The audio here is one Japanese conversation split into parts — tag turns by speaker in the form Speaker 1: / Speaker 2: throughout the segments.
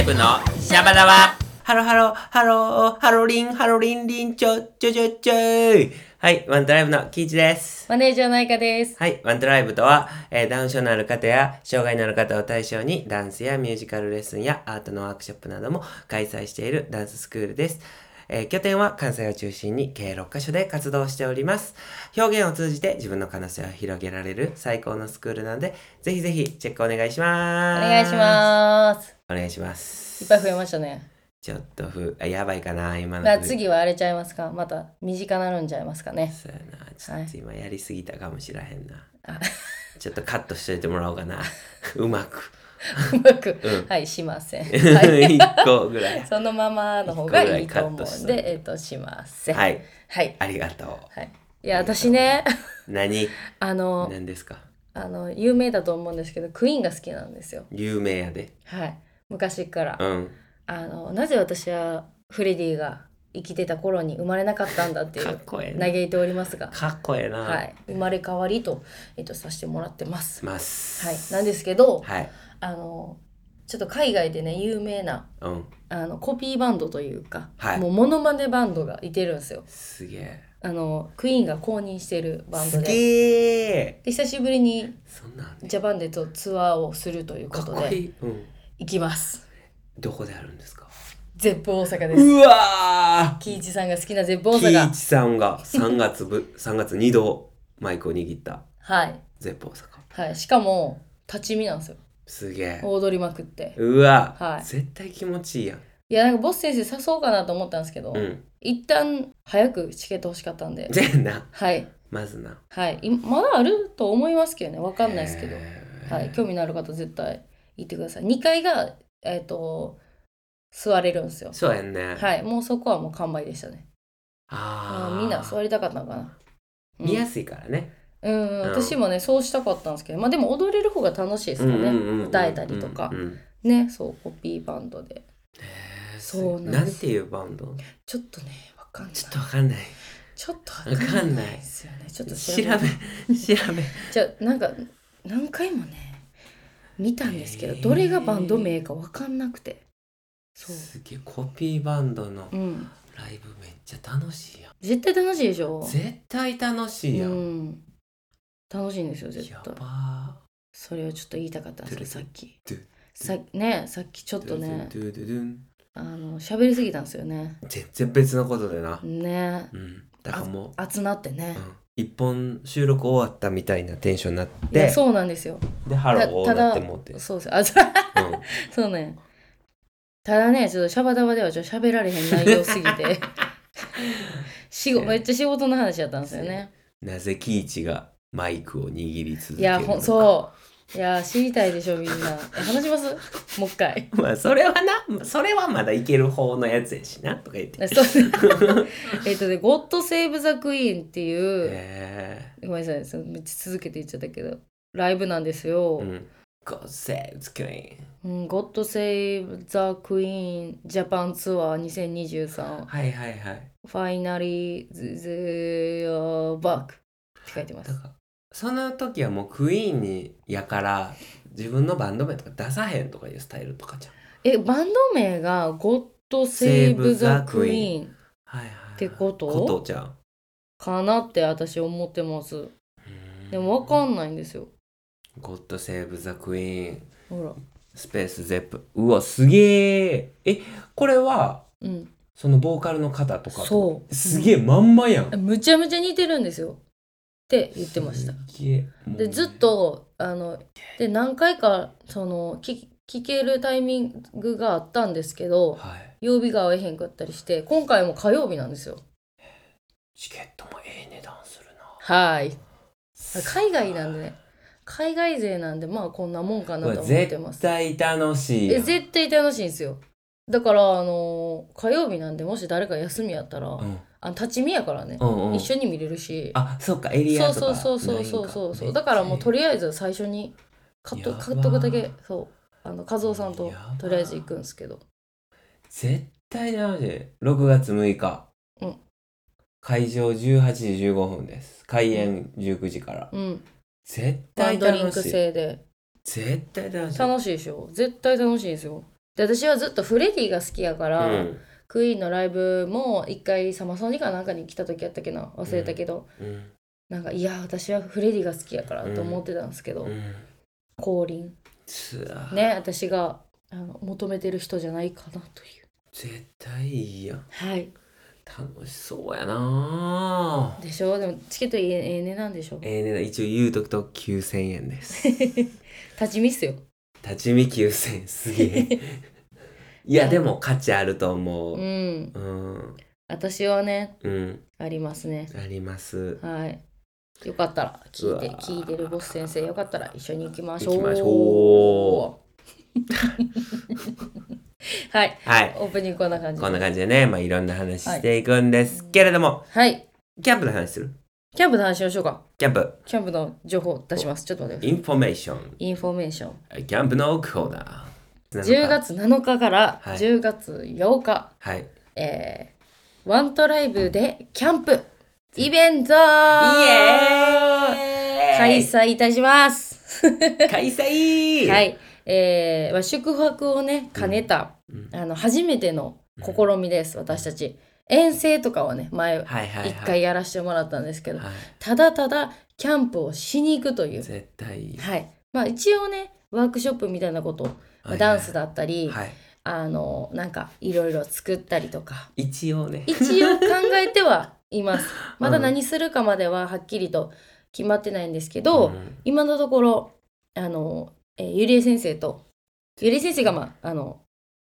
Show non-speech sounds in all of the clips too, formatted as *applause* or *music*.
Speaker 1: イブのシャバダバ
Speaker 2: ハロハロ、ハロー、ハロリン、ハロリンリン、ちょ、ちょちょちょい。はい、ワンドライブのキイチです。
Speaker 3: マネージャーの愛花です。
Speaker 2: はい、ワンドライブとは、えーダウン症のある方や障害のある方を対象にダンスやミュージカルレッスンやアートのワークショップなども開催しているダンススクールです。えー拠点は関西を中心に計6カ所で活動しております。表現を通じて自分の可能性を広げられる最高のスクールなので、ぜひぜひチェックお願いし
Speaker 3: お
Speaker 2: ます。
Speaker 3: 願いします。
Speaker 2: す。お願いします。
Speaker 3: いっぱい増えましたね。
Speaker 2: ちょっとふ、あやばいかな、今の
Speaker 3: じゃあ
Speaker 2: ふ
Speaker 3: 次は荒れちゃいますかまた身近なるんちゃいますかね。
Speaker 2: そうやな。ちょっと今やりすぎたかもしらへんな。ちょっとカットしといてもらおうか
Speaker 3: *laughs*
Speaker 2: な。うまく。
Speaker 3: うまく、
Speaker 2: うん
Speaker 3: はい、しま
Speaker 2: *laughs*
Speaker 3: せん。はい、
Speaker 2: 一個ぐらい。
Speaker 3: そのままの方がいいと
Speaker 2: 一個
Speaker 3: 思
Speaker 2: ぐらいカット
Speaker 3: う
Speaker 2: し
Speaker 3: ん
Speaker 2: て
Speaker 3: で、えっ、と、しません。。
Speaker 2: はいい。
Speaker 3: はい。
Speaker 2: ありがと
Speaker 3: はい、いや、私ね、
Speaker 2: う。何
Speaker 3: あの、
Speaker 2: 何ですか
Speaker 3: あの、有名だと思うんですけど、クイーンが好きなんですよ。
Speaker 2: 有名やで。
Speaker 3: はい。昔から。
Speaker 2: うん。
Speaker 3: あの、なぜ私はフレディが生きてた頃に生まれなかったんだってい
Speaker 2: かっ
Speaker 3: う、
Speaker 2: こええな
Speaker 3: 嘆。いておりますが。
Speaker 2: かっこええな。
Speaker 3: はい、生まれ変わりと、えっと、させてもらってます。
Speaker 2: ます。
Speaker 3: はい、なんですけど、
Speaker 2: はい。
Speaker 3: あの、ちょっと海外でね、有名な。
Speaker 2: うん。
Speaker 3: あのコピーバンドというか、
Speaker 2: はい
Speaker 3: もうモノマネバンドがいてるんですよ。
Speaker 2: すげえ。
Speaker 3: あのクイーンが公認してるバン
Speaker 2: す
Speaker 3: ドで、で
Speaker 2: げえ。
Speaker 3: 久しぶりに
Speaker 2: そんなんね
Speaker 3: ジャパンでとツアーをするというこ
Speaker 2: かっ
Speaker 3: と
Speaker 2: こ
Speaker 3: で
Speaker 2: いい。うん。
Speaker 3: 行きます。
Speaker 2: どこであるんですか
Speaker 3: ゼップ大阪です。
Speaker 2: うわ
Speaker 3: キイチさんが好きなゼップ
Speaker 2: ー
Speaker 3: 大
Speaker 2: キイ
Speaker 3: 阪
Speaker 2: チ、さんが3月ぶ、3月2度
Speaker 3: *laughs*
Speaker 2: マイクを握った
Speaker 3: はい
Speaker 2: 絶望坂。
Speaker 3: はい、しかも立ち見なんですよ。
Speaker 2: すげえ。
Speaker 3: 踊りまくって、
Speaker 2: うわ、
Speaker 3: はい
Speaker 2: 絶対気持ちいいやん。
Speaker 3: いやなんかボス先生誘おうかなと思ったんですけど、
Speaker 2: うん。
Speaker 3: 一旦早くチケット欲しかったんで
Speaker 2: じゃあな、
Speaker 3: はい
Speaker 2: まずな。
Speaker 3: はいいまだあると思いますけどねわかんないですけど、
Speaker 2: へー
Speaker 3: はい、興味のある方絶対行ってください2階がえっ、と座れるんですよ
Speaker 2: そうやんね。い。
Speaker 3: はいもうそこはもう完売でしたね
Speaker 2: あ
Speaker 3: あ
Speaker 2: あ。
Speaker 3: みんな座りたかったのかなうん
Speaker 2: 見やすいからね。
Speaker 3: うん、うん、私もねそうしたかったんですけどまあでも踊れる方が楽しいですからね、
Speaker 2: うんうんうんうん
Speaker 3: 歌えたりとか
Speaker 2: うんうん
Speaker 3: ねそうコピーバンドで
Speaker 2: へー
Speaker 3: そう
Speaker 2: す
Speaker 3: なん
Speaker 2: なん
Speaker 3: です
Speaker 2: ていうバンド
Speaker 3: ちょっとねわかんない
Speaker 2: ちょっとわかんない。
Speaker 3: ちょっとわかんないですよねちょっと
Speaker 2: 調べ、調べ。
Speaker 3: じゃあなんか何回もね見たんですけど、
Speaker 2: へー
Speaker 3: どれがバンド名か分かんなくてそう、
Speaker 2: すげえ、コピーバンドの
Speaker 3: うん、
Speaker 2: ライブめっちゃ楽しいやん。
Speaker 3: 絶対楽しいでしょ
Speaker 2: 絶対楽しいや。
Speaker 3: うんん、楽しいんですよ絶
Speaker 2: や
Speaker 3: 対
Speaker 2: ば
Speaker 3: それをちょっと言いたかったんですよさっき
Speaker 2: ドゥドゥ
Speaker 3: さねさっきちょっ
Speaker 2: ー。
Speaker 3: とね
Speaker 2: ドゥドゥドゥン
Speaker 3: あの喋りすぎたんですよね
Speaker 2: 全然別のことでな。
Speaker 3: ね
Speaker 2: うん。だからもう。
Speaker 3: 集なってね
Speaker 2: う、ん一本収録終わったみたいなテンションになっ
Speaker 3: いや
Speaker 2: て
Speaker 3: そうなんですよ
Speaker 2: でハロー
Speaker 3: たただ
Speaker 2: なって思って、うん、
Speaker 3: そうですあそそうねただねちょっとシャバダバではちょっと喋られへん内容すぎて仕事めっちゃ仕事の話やったんですよね
Speaker 2: なぜキイチがマイクを握り続
Speaker 3: い
Speaker 2: ける
Speaker 3: や
Speaker 2: のか
Speaker 3: ほんそういや知りたいでしょみんなえ話
Speaker 2: *laughs*
Speaker 3: しますもう一回
Speaker 2: まあそれはなそれはまだいける方のやつやしなとか言って
Speaker 3: えそう *laughs* えっとね「ゴッド・セーブ・ザ・クイーン」っていう
Speaker 2: え
Speaker 3: ごめんなさいそのめっちゃ続けて言っちゃったけどライブなんですよ
Speaker 2: ー、うんゴーセーブスクリーン
Speaker 3: 「ゴッド・セーブ・ザ・クイーン・ジャパン・ツアー2023
Speaker 2: はいはいはい
Speaker 3: ファイナリー・ゼ・ア・バック」って書いてま
Speaker 2: だ
Speaker 3: す
Speaker 2: からその時はもうクイーンにやから自分のバンド名とか出さへんとかいうスタイルとかじゃん
Speaker 3: えバンド名が「ゴッド・セーブ・ザ・クイーン
Speaker 2: はいはい、はい、
Speaker 3: ってこと
Speaker 2: ことじゃん」
Speaker 3: かなって私思ってます
Speaker 2: うん
Speaker 3: でも分かんないんですよ
Speaker 2: ゴッドセーブザクイーン
Speaker 3: ほら
Speaker 2: スペースゼップうわすげええこれは
Speaker 3: うん、
Speaker 2: そのボーカルの方とかと
Speaker 3: そう
Speaker 2: すげえまんまやん
Speaker 3: むちゃむちゃ似てるんですよって言ってました
Speaker 2: すげえもう
Speaker 3: でずっとあので何回かその聞聞けるタイミングがあったんですけど
Speaker 2: はい
Speaker 3: 曜日が合えへんかったりして今回も火曜日なんですよ
Speaker 2: チケットもええ値段するな
Speaker 3: はい海外なんでね海外勢なんでまあこんなもんかなと
Speaker 2: う
Speaker 3: は
Speaker 2: わ
Speaker 3: 思ってま
Speaker 2: 絶
Speaker 3: す
Speaker 2: 対楽しいや
Speaker 3: え
Speaker 2: ん
Speaker 3: 絶対楽しいんですよだからあの火曜日なんでもし誰か休みやったら、
Speaker 2: うん
Speaker 3: あ立ち見やからね、
Speaker 2: うんうん
Speaker 3: 一緒に見れるし
Speaker 2: あそうかエリ
Speaker 3: そ
Speaker 2: ア
Speaker 3: う
Speaker 2: とか
Speaker 3: そうそうそうそうそうそうだからもうと
Speaker 2: り
Speaker 3: りあえず最初に買っと
Speaker 2: やばー
Speaker 3: 買っとくだけそうあの和夫さんと
Speaker 2: やばー
Speaker 3: とりあえず行くんですけど
Speaker 2: 絶対楽しい6月6日
Speaker 3: うん
Speaker 2: 会場18時15分です開演19時から
Speaker 3: うん
Speaker 2: 絶
Speaker 3: ワ
Speaker 2: 対
Speaker 3: ンドリン
Speaker 2: 楽
Speaker 3: ク
Speaker 2: しい
Speaker 3: 制で
Speaker 2: 絶対楽しい
Speaker 3: 楽しいでしょ絶対楽しいですよで私はずっとフレディが好きやか
Speaker 2: う
Speaker 3: ら、
Speaker 2: ん
Speaker 3: クイーンのライブも一回サマソニかなんかに来た時やったっけな忘れたけど、
Speaker 2: うん
Speaker 3: なんかいや私はフレディが好きやからと思ってたんですけど、
Speaker 2: うん
Speaker 3: 降臨
Speaker 2: つあ
Speaker 3: ね私があの求めてる人じゃないかなという
Speaker 2: 絶対いいやん
Speaker 3: はい
Speaker 2: 楽しそうやな
Speaker 3: でしょでもチケットええええ値段でしょ
Speaker 2: ええ値段一応言うとくと9000円です
Speaker 3: *laughs* 立ち見っすよ
Speaker 2: 立ち見9000円すげ
Speaker 3: *laughs*
Speaker 2: えいやでも価値あると思
Speaker 3: う
Speaker 2: うんうん
Speaker 3: 私はね
Speaker 2: うん
Speaker 3: ありますね
Speaker 2: あります
Speaker 3: はいよかったら聞いうて
Speaker 2: わ
Speaker 3: 聞いてるボス先生よかったら一緒に行きましょう
Speaker 2: 行きましょ
Speaker 3: *laughs* はい
Speaker 2: はい
Speaker 3: オープニングこんな感じ
Speaker 2: こんな感じでねまあいろんな話していくんですけれども、
Speaker 3: はい
Speaker 2: キャンプの話する
Speaker 3: キャンプの話しましょうか
Speaker 2: キャンプ
Speaker 3: キャンプの情報出しますちょっと待ってくださ
Speaker 2: インフォメーション
Speaker 3: いインフォメーション
Speaker 2: キャンプのコーナー
Speaker 3: 10月7日から
Speaker 2: はい
Speaker 3: 10月8日、
Speaker 2: はいイ
Speaker 3: えーワントライブでキャンプイベントイエ
Speaker 2: エ
Speaker 3: 開催いたします。
Speaker 2: 開催
Speaker 3: はい、えーまあ、宿泊をね兼ねた、
Speaker 2: うん
Speaker 3: あの初めての試みです、私たち遠征とかはね前
Speaker 2: はいはいはい
Speaker 3: 一回やらせてもらったんですけど、
Speaker 2: は
Speaker 3: ただただキャンプをしに行くとい、
Speaker 2: いう絶対いい
Speaker 3: はいまあ、一応ねワークショップみたいなこと、まあダンスだったり、
Speaker 2: はい
Speaker 3: あのなんかいろいろ作ったりとか
Speaker 2: 一応ね
Speaker 3: 一応考えて
Speaker 2: *laughs*
Speaker 3: はいます。まだ何するかまでははっきりと決まってないんですけど、
Speaker 2: うん
Speaker 3: 今のところあの、えーゆりえ先生とゆりえ先生が、まああの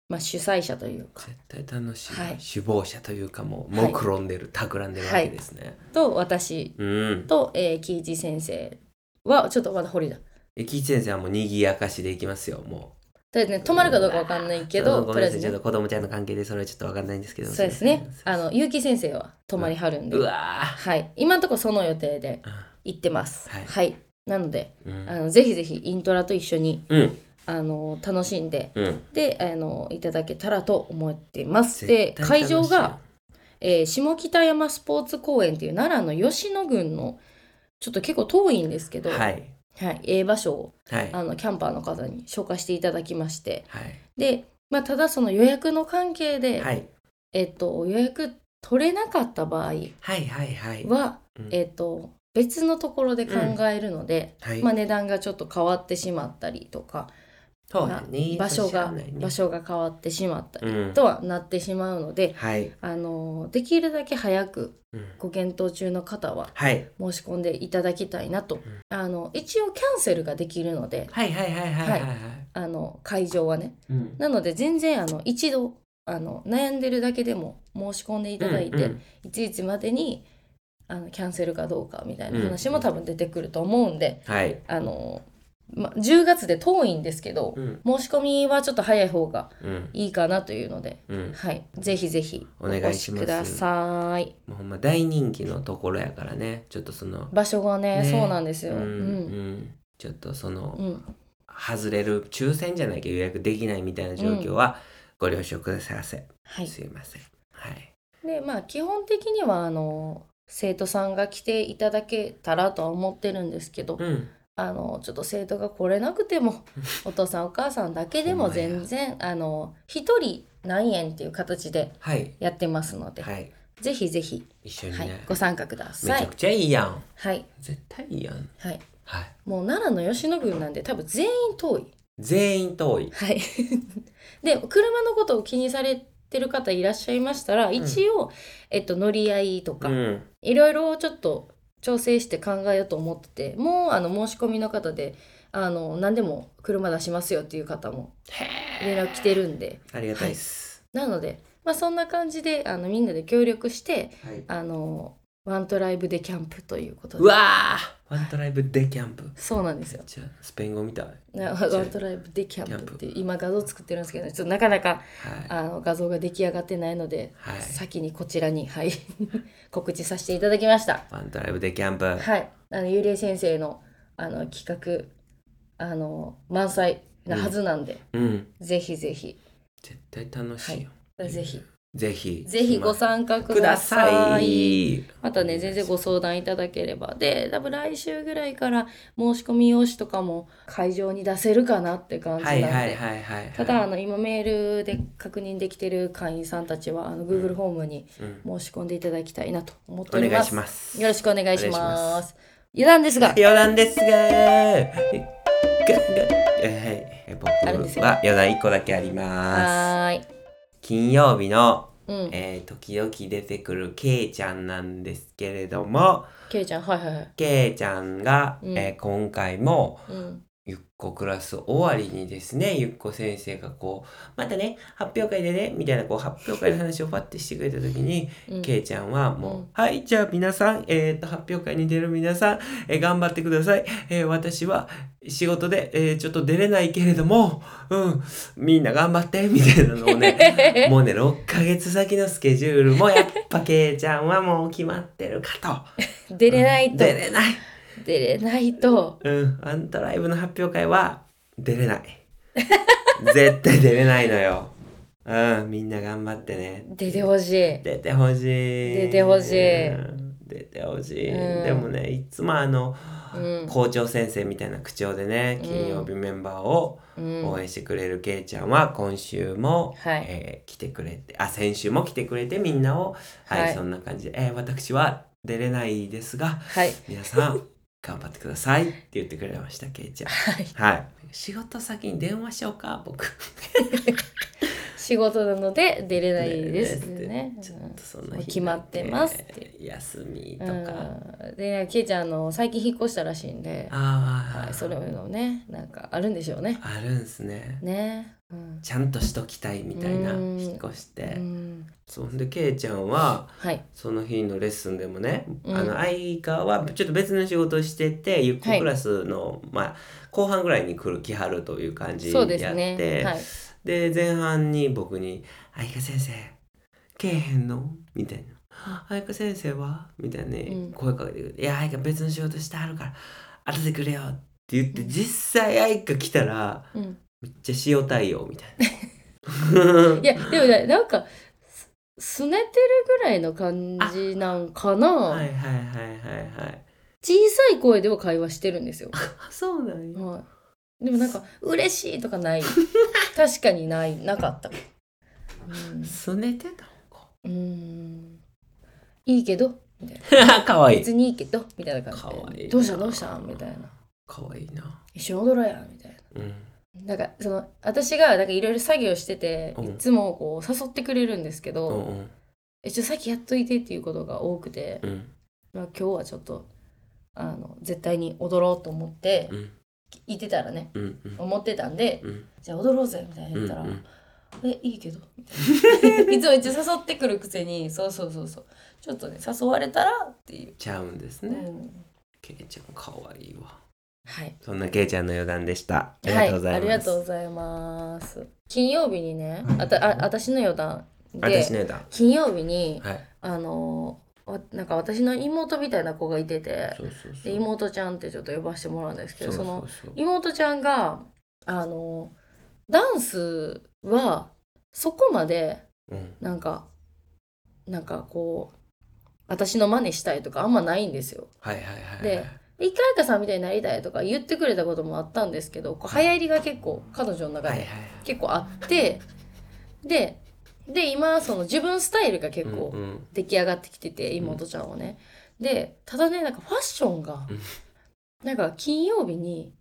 Speaker 3: まあ、主催者というか
Speaker 2: 絶対楽しい、
Speaker 3: はい
Speaker 2: 首謀者というかもう
Speaker 3: はい
Speaker 2: 目論んでる、企んでるわけですね、
Speaker 3: と私
Speaker 2: うん
Speaker 3: と、えー、喜一先生はちょっとまだ堀だ。
Speaker 2: えキイチ先生はもうにぎやかしでいきますよもう
Speaker 3: とりあえずね、泊まるかどうかわかんないけ
Speaker 2: あ
Speaker 3: ど、
Speaker 2: のご
Speaker 3: と
Speaker 2: めんな
Speaker 3: りあえ
Speaker 2: さ
Speaker 3: ず
Speaker 2: い、ちょっ
Speaker 3: ね、
Speaker 2: と子供ちゃんの関係でそれはちょっとわかんないんですけど
Speaker 3: そうですね。あの、結城先生は泊まりはるんで
Speaker 2: う、わー
Speaker 3: はい、今のところその予定で行ってます。
Speaker 2: はい
Speaker 3: はい、なので、
Speaker 2: うん
Speaker 3: あのぜひぜひイントラと一緒に
Speaker 2: うん
Speaker 3: あの楽しんで
Speaker 2: うん
Speaker 3: であのいただけたらと思ってます。
Speaker 2: 絶
Speaker 3: で
Speaker 2: 対楽しい
Speaker 3: 会場が、えー下北山スポーツ公園っていう奈良の吉野郡のちょっと結構遠いんですけど、
Speaker 2: はいい
Speaker 3: はい、ええ場所を
Speaker 2: はい
Speaker 3: あのキャンパーの方に紹介していただきまして
Speaker 2: はい
Speaker 3: で、まあ、ただその予約の関係で、
Speaker 2: はい
Speaker 3: えっと、予約取れなかった場合
Speaker 2: はいはいはい
Speaker 3: は、
Speaker 2: うん
Speaker 3: えっと、別のところで考えるので、
Speaker 2: はい
Speaker 3: まあ、値段がちょっと変わってしまったりとか、
Speaker 2: そう
Speaker 3: ま
Speaker 2: だ
Speaker 3: あ
Speaker 2: ね
Speaker 3: 場
Speaker 2: そう
Speaker 3: 所が、
Speaker 2: しゃあないね
Speaker 3: 場所が変わってしまったり
Speaker 2: うん
Speaker 3: とはなってしまうので、
Speaker 2: はい
Speaker 3: あのできるだけ早く
Speaker 2: うん
Speaker 3: ご検討中の方は
Speaker 2: はい
Speaker 3: 申し込んでいただきたいなと、あの一応キャンセルができるので
Speaker 2: はいはいはいはいはいはい
Speaker 3: あの会場はね
Speaker 2: うん
Speaker 3: なので全然あの一度あの悩んでるだけでも申し込んでいただいて、
Speaker 2: うんうん
Speaker 3: いちいちまでにあのキャンセルかどうかみたいな話も多分出てくると思うんで、
Speaker 2: はい
Speaker 3: あのま、10月で遠いんですけど、
Speaker 2: うん
Speaker 3: 申し込みはちょっと早い方が
Speaker 2: うん
Speaker 3: いいかなというので、
Speaker 2: うん
Speaker 3: はい、ぜひぜひ
Speaker 2: お願いします
Speaker 3: お越ください。
Speaker 2: もうほんま大人気のところやからねちょっとその
Speaker 3: 場所がね
Speaker 2: ね
Speaker 3: そうなんです
Speaker 2: う
Speaker 3: よ。
Speaker 2: ん
Speaker 3: う、
Speaker 2: うんんちょっとその
Speaker 3: うん、
Speaker 2: 外れる抽選じゃなきゃ予約できないみたいな状況はご了承くださいませ
Speaker 3: はい。
Speaker 2: すいませんはい
Speaker 3: でまあ基本的にはあの生徒さんが来ていただけたらとは思ってるんですけど、
Speaker 2: うん
Speaker 3: あのちょっと生徒が来れなく
Speaker 2: *laughs*
Speaker 3: てもお父さんお母さんだけでも全然あの一人何円っていう形で
Speaker 2: はい
Speaker 3: やってますので、
Speaker 2: はい
Speaker 3: ぜひぜひ、
Speaker 2: 一緒に
Speaker 3: はい
Speaker 2: ね、
Speaker 3: ご参加くだ
Speaker 2: め
Speaker 3: さ
Speaker 2: ちゃ
Speaker 3: い
Speaker 2: く。ちゃいいやん
Speaker 3: はい
Speaker 2: 絶対いいやん
Speaker 3: はい。
Speaker 2: はい
Speaker 3: もう奈良の吉野郡なんで多分全員遠い。
Speaker 2: 全員遠い
Speaker 3: はい。 *laughs* で、車のことを気にされてる方いらっしゃいましたら、一応、えっと、乗り合いとか、
Speaker 2: うん
Speaker 3: いろいろちょっと調整して考えようと思ってて、もう、あの、申し込みの方で、あの、何でも車出しますよっていう方も連絡来てるんで、
Speaker 2: ありがたいっす
Speaker 3: なので、まあ、そんな感じで、あの、みんなで協力して、
Speaker 2: はい
Speaker 3: あの、ワントライブでキャンプということ
Speaker 2: う
Speaker 3: で。
Speaker 2: わーワントライブでキャンプ
Speaker 3: そうなんですよ。
Speaker 2: じゃあスペイン語みたい
Speaker 3: な
Speaker 2: じゃあ
Speaker 3: ワントライブでキャンプっていう今画像作ってるんですけど、ちょっとなかなか
Speaker 2: はい
Speaker 3: あの画像が出来上がってないので、
Speaker 2: はい
Speaker 3: 先にこちらに、はい、 *laughs* 告知させていただきました。
Speaker 2: ワントライブでキャンプ
Speaker 3: はい、あのゆりえ先生のあの企画あの満載なはずなんで、
Speaker 2: うん
Speaker 3: ぜひぜひ、
Speaker 2: 絶対楽しいよ
Speaker 3: ぜひ
Speaker 2: ぜひ
Speaker 3: ぜひご参加
Speaker 2: く
Speaker 3: く
Speaker 2: だ
Speaker 3: ださ
Speaker 2: さ
Speaker 3: い。
Speaker 2: い
Speaker 3: またね、全然ご相談いただければ。で、多分来週ぐらいから申し込み用紙とかも会場に出せるかなって感じな
Speaker 2: は
Speaker 3: ん
Speaker 2: い
Speaker 3: で。
Speaker 2: はいはいはい
Speaker 3: ただあの今メールで確認できてる会員さんたちはあの Google ホームに
Speaker 2: うん
Speaker 3: 申し込んでいただきたいなと思ってお
Speaker 2: お
Speaker 3: り
Speaker 2: 願い
Speaker 3: ます。
Speaker 2: します
Speaker 3: よろしくお願いし
Speaker 2: お願
Speaker 3: ま
Speaker 2: いし
Speaker 3: す。余談ですが、
Speaker 2: 余談ですがえががえはい僕
Speaker 3: あるんですよ
Speaker 2: は余談一個だけあります
Speaker 3: はーい。
Speaker 2: 金曜日の、
Speaker 3: うん。
Speaker 2: えー、時々出てくるけいちゃんなんですけれども
Speaker 3: けいちゃん、はいはいはい。
Speaker 2: けいちゃんが、
Speaker 3: うん
Speaker 2: えー今回も
Speaker 3: うん。
Speaker 2: ゆっこクラス終わりにですね、ゆっこ先生がこう、またね、発表会でね、みたいなこう、発表会の話をパッてしてくれたときに、
Speaker 3: うん
Speaker 2: けいちゃんはもう、
Speaker 3: うん
Speaker 2: はい、じゃあ皆さん、えっと、発表会に出る皆さん、えー頑張ってください。えー私は仕事で、えーちょっと出れないけれども、うん、みんな頑張って、みたいなのをね、
Speaker 3: *laughs*
Speaker 2: もうね、6ヶ月先のスケジュールも、やっぱけいちゃんはもう決まってるかと。
Speaker 3: 出れないと、
Speaker 2: 出
Speaker 3: 出
Speaker 2: れない。
Speaker 3: れないと、
Speaker 2: うん、アントライブの発表会は出
Speaker 3: *laughs*
Speaker 2: れない。絶対出れないのよ。うん、みんな頑張ってね。
Speaker 3: 出てほしい。
Speaker 2: 出てほしい。
Speaker 3: 出てほしい
Speaker 2: うん出てほしい。
Speaker 3: うん
Speaker 2: でもね、いつもあの、
Speaker 3: うん。
Speaker 2: 校長先生みたいな口調でね、
Speaker 3: うん
Speaker 2: 金曜日メンバーを
Speaker 3: うん
Speaker 2: 応援してくれるけいちゃんは、今週も、
Speaker 3: はい
Speaker 2: えー来てくれて、あ、先週も来てくれて、みんなを、はい、
Speaker 3: はい
Speaker 2: そんな感じで、えー私は出れないですが、
Speaker 3: はい。
Speaker 2: 皆さ
Speaker 3: *laughs*
Speaker 2: ん頑張ってくださいって言ってくれましたけいちゃん
Speaker 3: はい。
Speaker 2: はい仕事先に電話しようか僕
Speaker 3: 仕事なので出れないですってね。
Speaker 2: *laughs* ちょっとそんな
Speaker 3: もう
Speaker 2: 日
Speaker 3: 決まってますって
Speaker 2: 休み
Speaker 3: う
Speaker 2: と
Speaker 3: ん
Speaker 2: か、
Speaker 3: うんで、ね、けいちゃんあの最近引っ越したらしいんで、
Speaker 2: ああ、
Speaker 3: はい、それのね、なんかあるんでしょうね。
Speaker 2: あるんすね
Speaker 3: ね。うん。
Speaker 2: ちゃんとしときたいみたいな
Speaker 3: うん
Speaker 2: 引っ越し
Speaker 3: う
Speaker 2: て
Speaker 3: ん
Speaker 2: そんでけいちゃんは
Speaker 3: はい。
Speaker 2: その日のレッスンでもね、
Speaker 3: うん
Speaker 2: あの相川はちょっと別の仕事をしててゆっこクラスの、まあ、後半ぐらいに来る来はるという感じや
Speaker 3: そ
Speaker 2: っ
Speaker 3: う
Speaker 2: て
Speaker 3: ですね。はい。
Speaker 2: で前半に僕に「あいか先生けえへんの?」みたいな「あいか先生は?」みたいなね、
Speaker 3: うん
Speaker 2: 声かけてくれて「いやあいか別の仕事してはるから当ててくれよ」って言って実際あいか来たら
Speaker 3: うん。
Speaker 2: めっちゃ塩対応みたい
Speaker 3: いや、でもね、なんか、すすねてるぐらいの感じなんかな。
Speaker 2: な。はいはいはいはいはい。
Speaker 3: 小さい声では会話してるんですよ。
Speaker 2: あそうなんや。
Speaker 3: はい。でもなんか嬉しいとか
Speaker 2: *laughs*
Speaker 3: ない。確かにないなかった。
Speaker 2: すねて *laughs* たの
Speaker 3: うん。うんいいけどみたいな。
Speaker 2: か。かわいい
Speaker 3: 別。にいいけどみたいな感
Speaker 2: かわ
Speaker 3: じ
Speaker 2: いい
Speaker 3: で。
Speaker 2: な
Speaker 3: どうしたどうしたみたいな。
Speaker 2: かわいいな。
Speaker 3: 一緒に踊ろうやみたいな。
Speaker 2: うん。
Speaker 3: なんかその私がなんかいろいろ作業してて
Speaker 2: うん
Speaker 3: いつもこう誘ってくれるんですけ
Speaker 2: う
Speaker 3: ど、
Speaker 2: んうん
Speaker 3: えちょっと先やっといてっていうことが多くて、
Speaker 2: うん
Speaker 3: まあ、今日はちょっとあの絶対に踊ろうと思って
Speaker 2: うん
Speaker 3: いてたらね
Speaker 2: うんうん
Speaker 3: 思ってたんで
Speaker 2: うん
Speaker 3: じゃあ踊ろうぜみたいな言ったら、
Speaker 2: うん
Speaker 3: えいい *laughs* けどみたいないつも一応誘ってくるくせにそうそうそうそうちょっとね誘われたらっていう、
Speaker 2: ちゃうんです
Speaker 3: う
Speaker 2: ね。
Speaker 3: ん、
Speaker 2: けいちゃんかわいいわ。
Speaker 3: はい
Speaker 2: そんなけいちゃんの余談でした。ありが
Speaker 3: は
Speaker 2: とうございます。
Speaker 3: ありがとうございます金曜日にねあたあ私の余談
Speaker 2: 私の
Speaker 3: で
Speaker 2: 余談。
Speaker 3: 金曜日に
Speaker 2: はい。
Speaker 3: あのわなんか私の妹みたいな子がいてて
Speaker 2: そうそうそ
Speaker 3: で
Speaker 2: う。
Speaker 3: 妹ちゃんってちょっと呼ばせてもらうんですけ
Speaker 2: そ
Speaker 3: ど
Speaker 2: うそ
Speaker 3: そうの
Speaker 2: そう。
Speaker 3: 妹ちゃんがあのダンスはそこまで
Speaker 2: うん。
Speaker 3: なんかなんかこう私の真似したいとかあんまないんですよ。
Speaker 2: はいはいはいはい。
Speaker 3: でで一回かさんみたいになりたいとか言ってくれたこともあったんですけどこう流行りが結構彼女の中
Speaker 2: はいはい
Speaker 3: で
Speaker 2: はい。
Speaker 3: 結構あってでで今その自分スタイルが結構
Speaker 2: うんうん
Speaker 3: 出来上がってきてて妹ちゃんはね。でただねなんかファッションが
Speaker 2: うん
Speaker 3: なんか金曜日に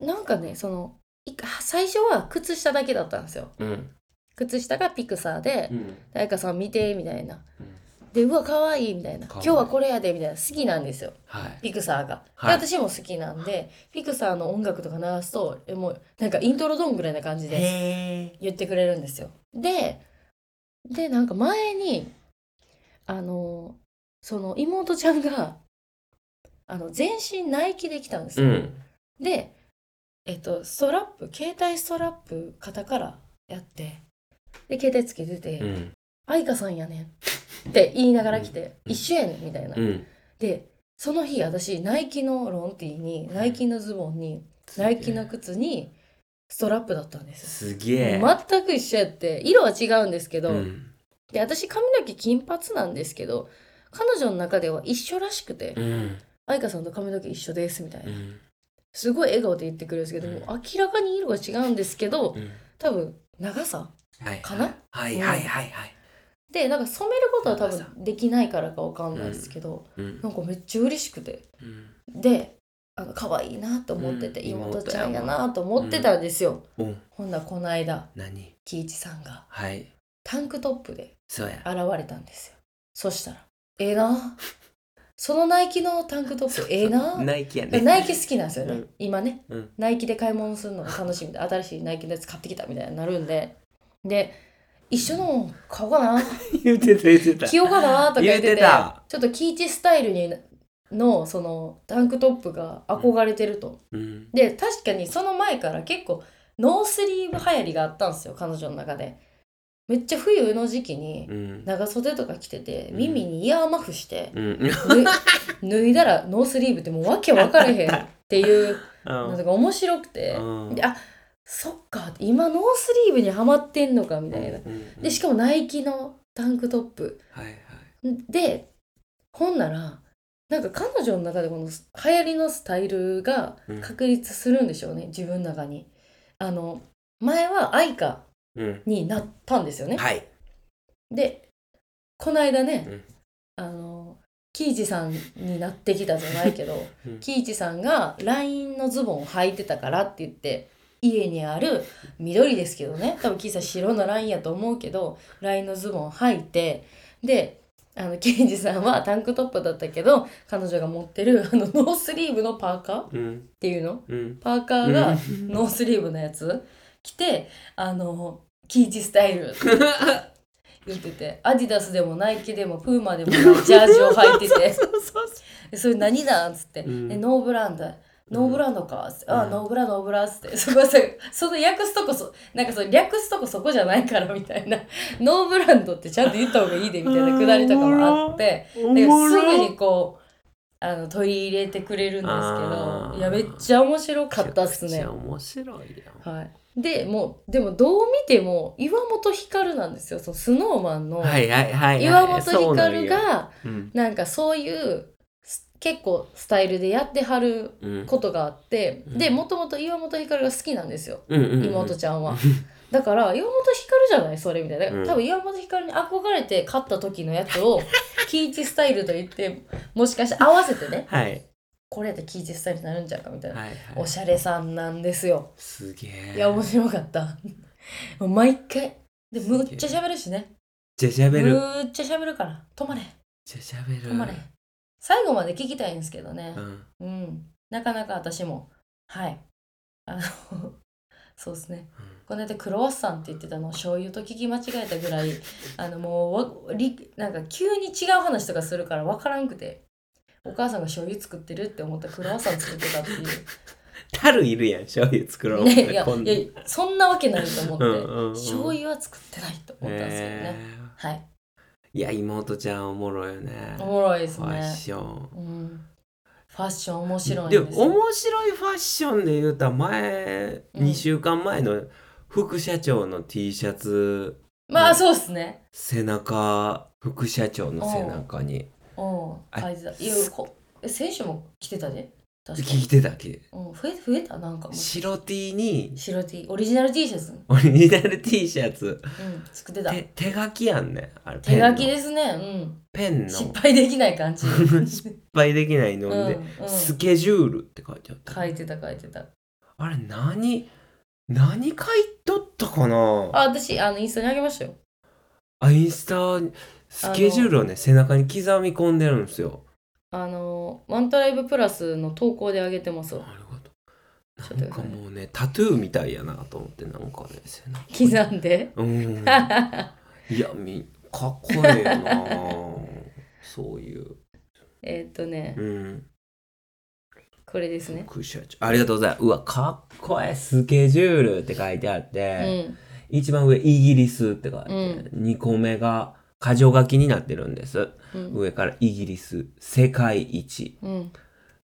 Speaker 3: なんかねその一回最初は靴下だけだったんですよ。
Speaker 2: うん
Speaker 3: 靴下がピクサーで
Speaker 2: うん
Speaker 3: 誰かさん見てみたいな
Speaker 2: うん。
Speaker 3: でうわ可愛いみたいな
Speaker 2: 可愛
Speaker 3: 今
Speaker 2: い
Speaker 3: 日はこれやでみたいな好きなんですよ
Speaker 2: はい。
Speaker 3: ピクサーが、
Speaker 2: はい
Speaker 3: で私も好きなんでピクサーの音楽とか鳴らすとえもうなんかイントロドンぐらいな感じで
Speaker 2: へえ。
Speaker 3: 言ってくれるんですよででなんか前にあのその妹ちゃんがあの全身ナイキできたんです
Speaker 2: う
Speaker 3: よ、
Speaker 2: ん。
Speaker 3: でえっとストラップ携帯ストラップ肩からやってで携帯つけてて、
Speaker 2: うん。
Speaker 3: 愛花さんやねんって言いながら来て、
Speaker 2: うん
Speaker 3: 一緒やねんみたいな、
Speaker 2: うん。
Speaker 3: でその日私ナイキのロンティーにナイキのズボンにナイキの靴にストラップだったんです
Speaker 2: すげえ。
Speaker 3: よ全く一緒やって色は違うんですけど、
Speaker 2: うん
Speaker 3: で私髪の毛金髪なんですけど彼女の中では一緒らしくて
Speaker 2: うん
Speaker 3: 愛花さんと髪の毛一緒ですみたいうなんすごい笑顔で言ってくるんですけどもう明らかに色が違うんですけど
Speaker 2: うん
Speaker 3: 多分長さ
Speaker 2: はい
Speaker 3: かな
Speaker 2: はいはいはいはい
Speaker 3: でなんか染めることは多分できないからかわかんないですけど、
Speaker 2: うん
Speaker 3: なんかめっちゃ嬉しくて
Speaker 2: うん
Speaker 3: であの可愛いなと思ってて、
Speaker 2: うん
Speaker 3: 妹ちゃんやなと思ってたんですよ、
Speaker 2: うん
Speaker 3: ほんならこの間
Speaker 2: 何
Speaker 3: 喜一さんが
Speaker 2: はい
Speaker 3: タンクトップで
Speaker 2: そうや
Speaker 3: 現れたんですよそしたら「ええなそのナイキのタンクトップええな
Speaker 2: ナイキやね
Speaker 3: ナイキ好きなんですよね、
Speaker 2: うん
Speaker 3: 今ね、
Speaker 2: うん
Speaker 3: ナイキで買い物するのが楽しみで新しいナイキのやつ買ってきたみたいになるんでで一緒の買おうかな
Speaker 2: *laughs* 言ってた言ってた
Speaker 3: 着ようかなとか言ってて
Speaker 2: 言ってた
Speaker 3: ちょっとキイチスタイルにのそのタンクトップが憧れてると、
Speaker 2: うん
Speaker 3: で確かにその前から結構ノースリーブ流行りがあったんですよ彼女の中でめっちゃ冬の時期に
Speaker 2: うん
Speaker 3: 長袖とか着てて
Speaker 2: うん
Speaker 3: 耳にイヤーマフして、
Speaker 2: うん
Speaker 3: ぬ *laughs* 脱いだらノースリーブってもう訳分かれへんっていう
Speaker 2: うん
Speaker 3: のが面白くて、
Speaker 2: うん
Speaker 3: であそっか今ノースリーブにはまってんのかみたいな、
Speaker 2: うん
Speaker 3: でしかもナイキのタンクトップ
Speaker 2: はいはい
Speaker 3: でほんならなんか彼女の中でこの流行りのスタイルが
Speaker 2: うん
Speaker 3: 確立するんでしょうね、自分の中にあの前は愛花
Speaker 2: うん
Speaker 3: になったんですよね、
Speaker 2: はい
Speaker 3: でこの間ね、
Speaker 2: うん
Speaker 3: あの喜一さんになってきたじゃないけど
Speaker 2: うん
Speaker 3: 喜一さんが LINE のズボンを履いてたからって言って家にある緑ですけどね多分喜一さん白のラインやと思うけど LINE のズボンを履いてであの喜一さんはタンクトップだったけど彼女が持ってるあのノースリーブのパーカーっ
Speaker 2: うん
Speaker 3: ていうの
Speaker 2: うん
Speaker 3: パー *laughs* カーが
Speaker 2: うん
Speaker 3: ノースリーブのやつ着てあのキーチスタイル
Speaker 2: *laughs*
Speaker 3: って言っててアディダスでもナイキでもプーマでもないジャージを履いて
Speaker 2: *laughs*
Speaker 3: て
Speaker 2: そうそうそ
Speaker 3: でそれ何だっつって、
Speaker 2: うん
Speaker 3: えノーブランドノーブランドか、つってあ
Speaker 2: うん
Speaker 3: ノーブラノーブラっつってそこはさその略すとこそなんかその略すとこそこじゃないからみたいなノーブランドってちゃんと言った方がいいでみたいなくだりとかもあって
Speaker 2: う
Speaker 3: ですぐ
Speaker 2: に
Speaker 3: にこうあの取り入れてくれるんですけ
Speaker 2: あ
Speaker 3: ど
Speaker 2: ー
Speaker 3: いやめっちゃ面白かったっす
Speaker 2: めち
Speaker 3: ね
Speaker 2: ゃくちゃ。面白いやん
Speaker 3: はい、でもうでもどう見ても岩本光なんですよそのスノーマンの
Speaker 2: はいはいはいはい
Speaker 3: 岩本
Speaker 2: そうなん
Speaker 3: 光
Speaker 2: よ
Speaker 3: が
Speaker 2: うん
Speaker 3: なんかそういうす結構スタイルでやってはる
Speaker 2: うん
Speaker 3: ことがあって、
Speaker 2: うん
Speaker 3: でもともと岩本光が好きなんですよ
Speaker 2: うんうんうん
Speaker 3: 妹ちゃんは。だから岩本光じゃないそれみたいな、
Speaker 2: うん
Speaker 3: 多分岩本光に憧れて買った時のや
Speaker 2: *laughs*
Speaker 3: つをキイチスタイルと言ってもしかして合わせてね
Speaker 2: はい
Speaker 3: これやったらキイチスタイルになるんちゃうかみたいな、
Speaker 2: はいはい
Speaker 3: おしゃれさんなんですよ。
Speaker 2: すげえ
Speaker 3: いや面白かった。もう毎回。で、むっちゃ喋るしね。
Speaker 2: じゃしゃ
Speaker 3: む
Speaker 2: べる
Speaker 3: っちゃ喋るから。止まれ、
Speaker 2: じゃしゃべる
Speaker 3: 止まれ。最後まで聞きたいんですけどね
Speaker 2: う。ん
Speaker 3: うん。なかなか私も、はい。あの、 *laughs* そうですね。この間クロワッサンって言ってたのを醤油と聞き間違えたぐらい、あのもうわり、なんか急に違う話とかするから分からんくて。お母さんが醤油作ってるって思ったらクロワッサン作ってたって
Speaker 2: *laughs*
Speaker 3: いう。
Speaker 2: タルいるやん醤油作ろう
Speaker 3: ね、いや
Speaker 2: 今度
Speaker 3: いやそんなわけないと思って、
Speaker 2: うんうんうん
Speaker 3: 醤油は作ってないと思ったんですけどね、
Speaker 2: えー
Speaker 3: はい
Speaker 2: いや妹ちゃんおもろいよね
Speaker 3: おもろいです
Speaker 2: ファッ
Speaker 3: ね、
Speaker 2: ショ
Speaker 3: うん、ファッション面白い
Speaker 2: ン
Speaker 3: ん
Speaker 2: で
Speaker 3: ですよ
Speaker 2: 面白いファッションで言うたら前
Speaker 3: うん
Speaker 2: 2週間前の副社長の T シャツ
Speaker 3: まあそうですね
Speaker 2: 背中副社長の背中に
Speaker 3: うん
Speaker 2: あ
Speaker 3: あいつだいやこえ選手も来てたで確か
Speaker 2: 聞
Speaker 3: に
Speaker 2: い、てたっけ
Speaker 3: うん、増え増えたなんかもう
Speaker 2: 白 T に
Speaker 3: 白 T オリジナル T シャツ、う
Speaker 2: オリジナル T シャツ
Speaker 3: ん、作ってた
Speaker 2: 手手書きやんねあれ
Speaker 3: 手書き
Speaker 2: で
Speaker 3: ですね、うん、
Speaker 2: ペンの
Speaker 3: 失
Speaker 2: 失
Speaker 3: 敗できな
Speaker 2: *laughs*
Speaker 3: い感じ、
Speaker 2: 敗できないの
Speaker 3: うんんう
Speaker 2: で、
Speaker 3: ん、
Speaker 2: スケジュールって書いてあった
Speaker 3: 書いてた書いてた
Speaker 2: あれ何何書いとったかなあ
Speaker 3: あ私あのインスタにあげましたよ
Speaker 2: インスタスケジュールをね背中に刻み込んでるんですよ
Speaker 3: あのワントライブプラスの投稿で上げてますわ
Speaker 2: ありが
Speaker 3: ち
Speaker 2: と
Speaker 3: ょ
Speaker 2: う
Speaker 3: っと
Speaker 2: なんかもうねタトゥーみたいやなと思ってなんかね背中
Speaker 3: 刻んで
Speaker 2: うん
Speaker 3: *laughs*
Speaker 2: いやみかっこええよなそういう
Speaker 3: えーっとね
Speaker 2: うん
Speaker 3: これですね
Speaker 2: 副社長ありがとうございますうわかっこええスケジュールって書いてあっ
Speaker 3: う
Speaker 2: て、
Speaker 3: ん
Speaker 2: 一番上イギリスって書いて、2個目が箇条書きになってるんです
Speaker 3: うん
Speaker 2: 上からイギリス世界一
Speaker 3: うん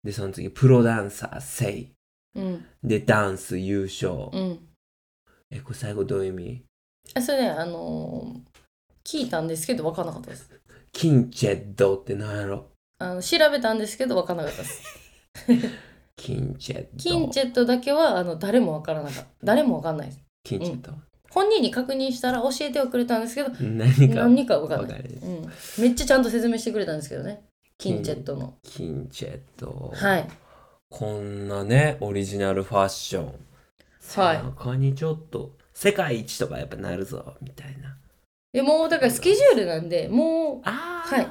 Speaker 2: でその次プロダンサーセイ
Speaker 3: うん
Speaker 2: でダンス優勝、
Speaker 3: うん
Speaker 2: えこれ最後どういう意味
Speaker 3: あそれねあのー聞いたんですけど分かんなかったです
Speaker 2: キンチェッドってなんやろ
Speaker 3: あの調べたんですけど分かんなかったです
Speaker 2: キンチェッド。
Speaker 3: キンチェットだけはあの誰も分からなかった誰も分かんないです
Speaker 2: キンチェッド。
Speaker 3: 本人に確認したら教えてはくれたんですけど
Speaker 2: 何か
Speaker 3: 何か分かん
Speaker 2: 分
Speaker 3: な
Speaker 2: か
Speaker 3: い、
Speaker 2: るです
Speaker 3: うん、めっちゃちゃんと説明してくれたんですけどねキンチェットの
Speaker 2: キンチェッド。
Speaker 3: はい
Speaker 2: こんなね、オリジナルファッション。
Speaker 3: はい
Speaker 2: 中にちょっと、世界一とかやっぱなるぞ、みたいな。
Speaker 3: でもうだからスケジュールなんでも
Speaker 2: あー
Speaker 3: はい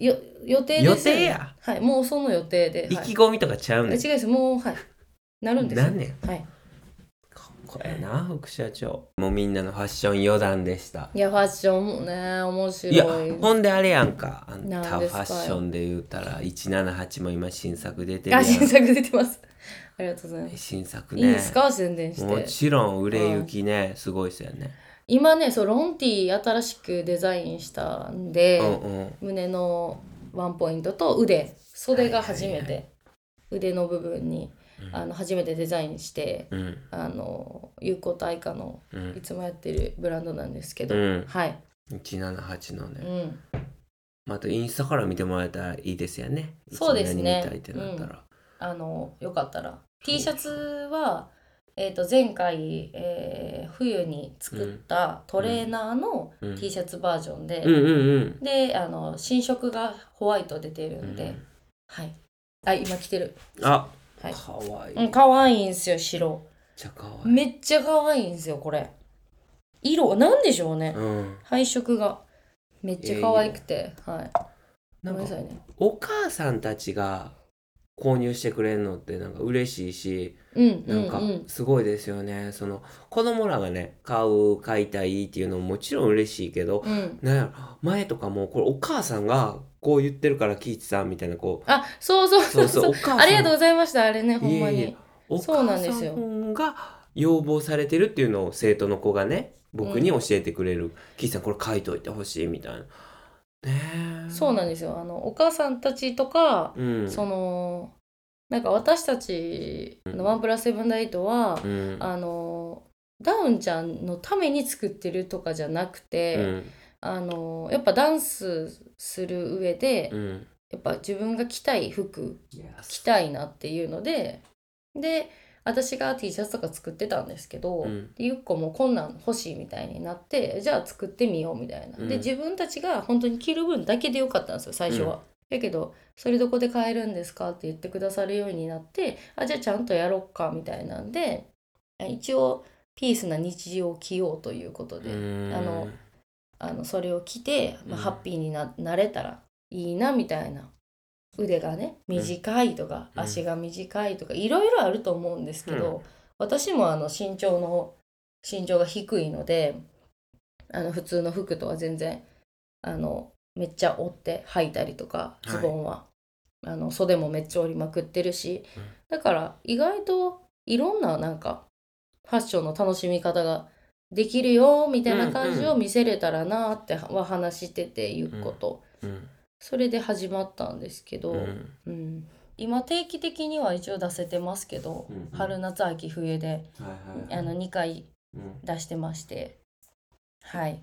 Speaker 3: うよ予定ですよね
Speaker 2: 予定や
Speaker 3: はいもうその予定で、
Speaker 2: 意
Speaker 3: はい、
Speaker 2: 気込みとかちゃう
Speaker 3: え
Speaker 2: ねん。
Speaker 3: 違
Speaker 2: か
Speaker 3: いですもうはいなるんですよ
Speaker 2: なんね
Speaker 3: はい
Speaker 2: っこええな、副社長。もうみんなのファッション余談でした。
Speaker 3: いやファッションもね面
Speaker 2: いや
Speaker 3: 白い
Speaker 2: ほんであれやんかあんた
Speaker 3: なん
Speaker 2: フ
Speaker 3: で
Speaker 2: ァ
Speaker 3: すか
Speaker 2: ッションで言うたら178も今新作出てるや
Speaker 3: あ
Speaker 2: ん
Speaker 3: 新作出てますありがとうございます、
Speaker 2: 新作
Speaker 3: い
Speaker 2: ね
Speaker 3: いんですか宣伝し
Speaker 2: も
Speaker 3: て
Speaker 2: ちろん売れ行きね、すごいですよね、
Speaker 3: 今ねそうロンティー新しくデザインしたんで、
Speaker 2: うんうん
Speaker 3: 胸のワンポイントと腕袖が初めて、
Speaker 2: はいはい
Speaker 3: 腕の部分に
Speaker 2: うん
Speaker 3: あの初めてデザインして
Speaker 2: うん
Speaker 3: あの有効対価の
Speaker 2: う
Speaker 3: い
Speaker 2: ん
Speaker 3: つもやってるブランドなんですけど、
Speaker 2: うん
Speaker 3: はい、
Speaker 2: 178のね、
Speaker 3: うん、
Speaker 2: またインスタから見てもらえたらいいですよね
Speaker 3: そうですね
Speaker 2: 172見たいってなったら、
Speaker 3: あのよかったら T シャツは、えー、と前回、えー冬に作ったトレーナーの
Speaker 2: うん
Speaker 3: T シャツバージョンで、
Speaker 2: うんうんうん
Speaker 3: であの新色がホワイト出てるんで、
Speaker 2: うん
Speaker 3: はいあ今着てる、
Speaker 2: あ、
Speaker 3: はい
Speaker 2: かわいい、
Speaker 3: う
Speaker 2: め
Speaker 3: ん、
Speaker 2: っ
Speaker 3: かわいいんすよ白
Speaker 2: ちゃかわいい、
Speaker 3: めっちゃ可愛いんですよこれ色なんでしょうね
Speaker 2: うん、
Speaker 3: 配色がめっちゃ可愛くてはいご
Speaker 2: なん
Speaker 3: めんな
Speaker 2: か
Speaker 3: さいね
Speaker 2: お母さんたちが購入してくれるのってなんか嬉しいし
Speaker 3: うんう
Speaker 2: なんんか
Speaker 3: うん
Speaker 2: すごいですよね、その子供らがね買う買いたいっていうのももちろん嬉しいけど、
Speaker 3: うん
Speaker 2: なんやろ前とかもこれお母さんがこう言ってるから聞いてたみたいなこう
Speaker 3: あそうそう
Speaker 2: そ
Speaker 3: そうう
Speaker 2: そう
Speaker 3: そ
Speaker 2: お
Speaker 3: *laughs* う
Speaker 2: 母さん
Speaker 3: ありがとうございましたあれねほんま
Speaker 2: いえい
Speaker 3: に
Speaker 2: えお
Speaker 3: そ
Speaker 2: 母
Speaker 3: うなんで
Speaker 2: さ
Speaker 3: すよ
Speaker 2: んが要望されてるっていうのを生徒の子がね僕に教えてくれる、キーさんこれ書いといてほしいみたいなねえ
Speaker 3: そうなんですよあのお母さんたちとか、
Speaker 2: うん
Speaker 3: そのなんか私たちの「ワンプラスセブンダイトは
Speaker 2: う、ん
Speaker 3: あのダウンちゃんのために作ってるとかじゃなくて、
Speaker 2: うん
Speaker 3: あのやっぱダンスする上で、
Speaker 2: うん
Speaker 3: やっぱ自分が着たい服
Speaker 2: いや
Speaker 3: 着たいなっていうのでで私が T シャツとか作ってたんですけど、
Speaker 2: うん
Speaker 3: でゆっこもこんなん欲しいみたいになってじゃあ作ってみようみたいな、
Speaker 2: うん
Speaker 3: で自分たちが本当に着る分だけでよかったんですよ最初は。
Speaker 2: うん
Speaker 3: だけど「それどこで買えるんですか?」って言ってくださるようになってあじゃあちゃんとやろっかみたいなんで一応ピースな日常を着ようということで、
Speaker 2: うん
Speaker 3: あのあのそれを着て、まあ、ハッピーにななれたらいいなみたいな腕がね短いとか、
Speaker 2: うん
Speaker 3: 足が短いとかいろいろあると思うんですけど、
Speaker 2: う
Speaker 3: 私もあの身長の身長が低いのであの普通の服とは全然あのめっちゃ折って履いたりとか
Speaker 2: い
Speaker 3: ズボンは、あの袖もめっちゃ折りまくってるし、だから意外といろんななんかファッションの楽しみ方ができるよみたいな感じ
Speaker 2: うん
Speaker 3: を
Speaker 2: うん
Speaker 3: 見せれたらなっては話しててゆっこと、
Speaker 2: うん
Speaker 3: それで始まったんですけど、
Speaker 2: う
Speaker 3: うん
Speaker 2: ん
Speaker 3: 今定期的には一応出せてますけど、
Speaker 2: うん
Speaker 3: 春夏秋冬で
Speaker 2: はいはい
Speaker 3: あの2回
Speaker 2: うん
Speaker 3: 出してましてはい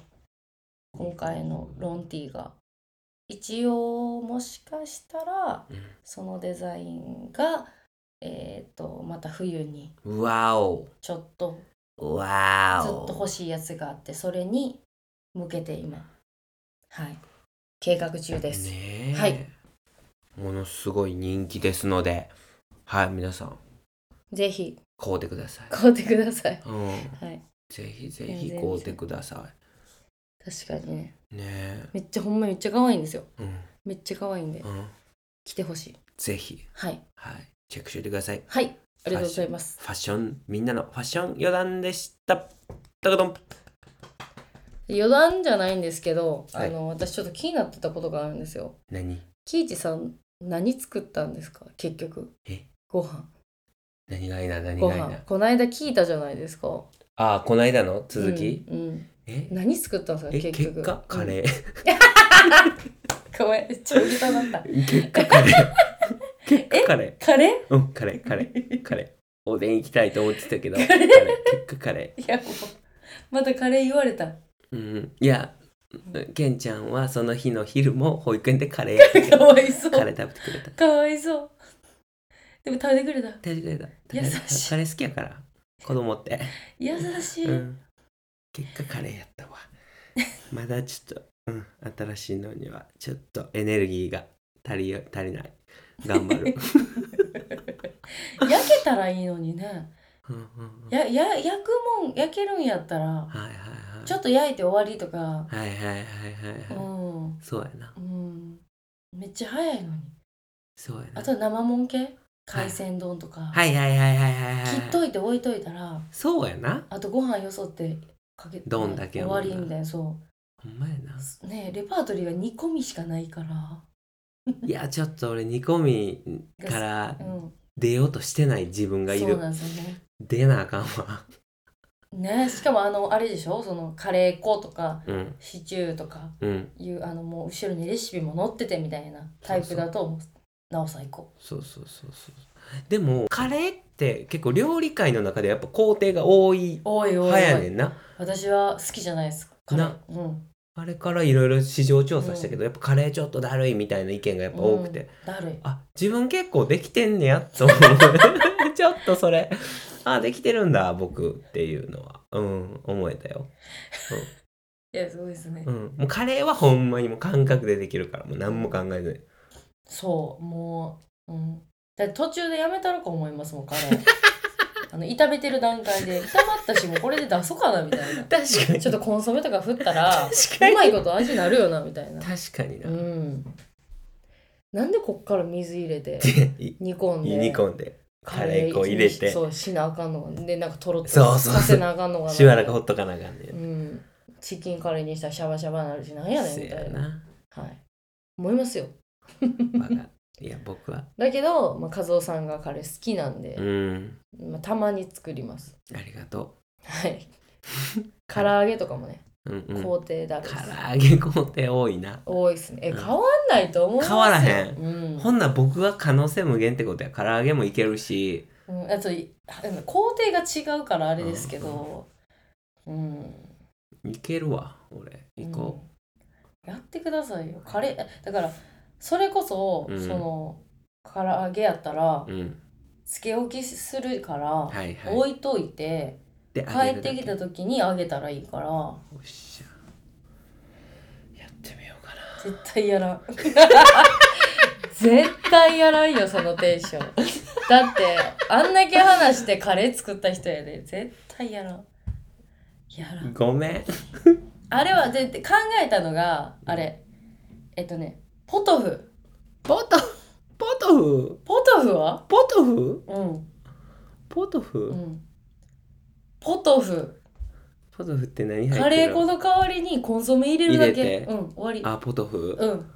Speaker 3: 今回のロンティーが一応もしかしたらそのデザインがえっ、とまた冬に
Speaker 2: うんわお
Speaker 3: ちょっと
Speaker 2: わ
Speaker 3: ずっ
Speaker 2: お
Speaker 3: と欲しいやつがあってそれに向けて今はい計画中です、
Speaker 2: ねえ
Speaker 3: はい
Speaker 2: ものすごい人気ですのではい皆さん
Speaker 3: ぜひ
Speaker 2: 買うてください、
Speaker 3: 買ってください
Speaker 2: うん、
Speaker 3: はい
Speaker 2: ぜひぜ
Speaker 3: 全
Speaker 2: ひ
Speaker 3: 然
Speaker 2: 買うてくださ
Speaker 3: 確かにね
Speaker 2: いねえ
Speaker 3: めっちゃほんまめっちゃ可愛いんですよ
Speaker 2: うん
Speaker 3: めっちゃ可愛いんで
Speaker 2: うん
Speaker 3: 来てほしい
Speaker 2: ぜひ
Speaker 3: はい
Speaker 2: はいチェックしておいてください
Speaker 3: はいありがとうございます
Speaker 2: ファッションみんなのファッション余談でしたたかどん
Speaker 3: 余談じゃないんですけど、
Speaker 2: はい
Speaker 3: あの私ちょっと気になってたことがあるんですよ
Speaker 2: 何
Speaker 3: キイチさん何作ったんですか結局
Speaker 2: え
Speaker 3: ご飯
Speaker 2: 何がいいな何
Speaker 3: ご
Speaker 2: がいい
Speaker 3: 飯
Speaker 2: な
Speaker 3: こないだ聞いたじゃないですか
Speaker 2: あーこの間の続き、
Speaker 3: うんうん
Speaker 2: え
Speaker 3: 何作ったんですか
Speaker 2: え
Speaker 3: 結局
Speaker 2: 結果カ
Speaker 3: *laughs*
Speaker 2: レー、
Speaker 3: ー、うん、 *laughs* ごめんめっちゃ下手だった
Speaker 2: 結果カ
Speaker 3: *laughs*
Speaker 2: レー結果カレー
Speaker 3: カレ
Speaker 2: うん、カレー、カレー、カレー。おでん行きたいと思ってたけど、カ
Speaker 3: カ
Speaker 2: レ
Speaker 3: レ
Speaker 2: ー
Speaker 3: ー
Speaker 2: 結果カレ
Speaker 3: ーいやもうまたカレー言われた
Speaker 2: ー。うん、いや、ケンちゃんはその日の昼も保育園でカレーやって
Speaker 3: *laughs* かわいそう。
Speaker 2: カレー食べてくれた
Speaker 3: かわいそう。でも食べてくれた。
Speaker 2: 食べてくれた
Speaker 3: 優しい
Speaker 2: カレー好きやから子供って
Speaker 3: 優しい。
Speaker 2: うん結果カレーやったわまだちょっと、うん、新しいのにはちょっとエネルギーが足りよ足りない頑張
Speaker 3: *laughs*
Speaker 2: る
Speaker 3: 焼けたらいいのにね。
Speaker 2: うんうんうん
Speaker 3: やや焼くもん焼けるんやったら、
Speaker 2: はいはいはい
Speaker 3: ちょっと焼いて終わりとか。
Speaker 2: はいはいはいはいはい
Speaker 3: うん。
Speaker 2: そうやな
Speaker 3: うん。めっちゃ早いのに。
Speaker 2: そうやな
Speaker 3: あと生もん系海鮮丼とか。
Speaker 2: はいはいはいはいはいはい
Speaker 3: 切っといて置いといたら、
Speaker 2: そうやな
Speaker 3: あとご飯よそってかけ
Speaker 2: 丼だけや
Speaker 3: 終
Speaker 2: もんな
Speaker 3: わりみたいな。そ
Speaker 2: ほんまやな
Speaker 3: う。ねレパートリーが煮込みしかないから。
Speaker 2: いやちょっと俺煮込みから
Speaker 3: うん。
Speaker 2: 出ようとしてない自分がい
Speaker 3: そう
Speaker 2: る
Speaker 3: なんですよね。
Speaker 2: 出なあかんわ
Speaker 3: ねしかもあのあれでしょそのカレー粉とか
Speaker 2: うん
Speaker 3: シチューとか
Speaker 2: うん
Speaker 3: いうあのもう後ろにレシピも載っててみたいなタイプだとなお最高
Speaker 2: そうそうそうそうでもカレーって結構料理界の中でやっぱ工程が多い
Speaker 3: おいおいお
Speaker 2: 派やね
Speaker 3: い
Speaker 2: んな
Speaker 3: 私は好きじゃないですカレー
Speaker 2: な
Speaker 3: うん
Speaker 2: あれからいろいろ市場調査したけど、やっぱカレーちょっとだるいみたいな意見がやっぱ多くて、
Speaker 3: うんだるい
Speaker 2: あ自分結構できてんねやと思う *laughs* ちょっとそれあできてるんだ僕っていうのはうん思えたよ、
Speaker 3: いやすごいですね、
Speaker 2: うん、もうカレーはほんまにもう感覚でできるからもう何も考えずに
Speaker 3: そうもううんだって途中でやめたろか思いますもんカレ
Speaker 2: *laughs*
Speaker 3: ーあの炒めてる段階で炒まったしもうこれで出そうかなみたいな
Speaker 2: 確かに
Speaker 3: ちょっとコンソメとか振ったら
Speaker 2: 確か
Speaker 3: う
Speaker 2: に
Speaker 3: まいこと味になるよなみたいな
Speaker 2: 確かにな、
Speaker 3: うんなんでこっから水入れて
Speaker 2: *laughs* い
Speaker 3: 煮込んで
Speaker 2: 煮込んでカレー粉入れて
Speaker 3: そうしなあかんのがでなんかとろっと
Speaker 2: そうそうそう
Speaker 3: させなあかんのが
Speaker 2: しばらくほっとかなあかんねん
Speaker 3: うんチキンカレーにしたらシャバシャバなるしなんやねん
Speaker 2: せ
Speaker 3: みた
Speaker 2: や
Speaker 3: いな
Speaker 2: な
Speaker 3: はい思いますよ
Speaker 2: バカいや僕
Speaker 3: *laughs*
Speaker 2: は
Speaker 3: だけど、まあ、和夫さんがカレー好きなんで
Speaker 2: う、ん
Speaker 3: まあ、たまに作ります
Speaker 2: ありがと
Speaker 3: はい唐揚げとかもね
Speaker 2: う、うんうん、
Speaker 3: 工程だけです
Speaker 2: 唐揚げ工程多いな
Speaker 3: 多いですねえ
Speaker 2: うん
Speaker 3: 変わんないと思いますよ
Speaker 2: 変わらへん
Speaker 3: うん
Speaker 2: ほんなら僕は可能性無限ってことや唐揚げもいけるし
Speaker 3: うん、あとい工程が違うからあれですけど、うん
Speaker 2: いけるわ俺行こ
Speaker 3: うんやってくださいよカレーだからそれこそ、
Speaker 2: うん
Speaker 3: その唐揚げやったら
Speaker 2: う、うん、
Speaker 3: つけ置きするから、
Speaker 2: はいはい
Speaker 3: 置いといて
Speaker 2: で
Speaker 3: 帰ってきた
Speaker 2: と
Speaker 3: 時にあげたらいいから
Speaker 2: おっしゃやってみようかな
Speaker 3: 絶対や
Speaker 2: *laughs*
Speaker 3: らん絶対やらんよそのテンションだってあんだけ話してカレー作った人やで絶対やらんやらん
Speaker 2: ごめん
Speaker 3: あれはでで考えたのがあれえっとねポトフ
Speaker 2: ポトフポトフ
Speaker 3: ポトフは
Speaker 2: ポトフ
Speaker 3: うん
Speaker 2: ポトフ、
Speaker 3: うんポトフ
Speaker 2: ポトフって何入ってる
Speaker 3: カレー粉の代わりにコンソメ入れるだ
Speaker 2: 入れ
Speaker 3: け
Speaker 2: て
Speaker 3: うん終わ
Speaker 2: あポトフ
Speaker 3: りうん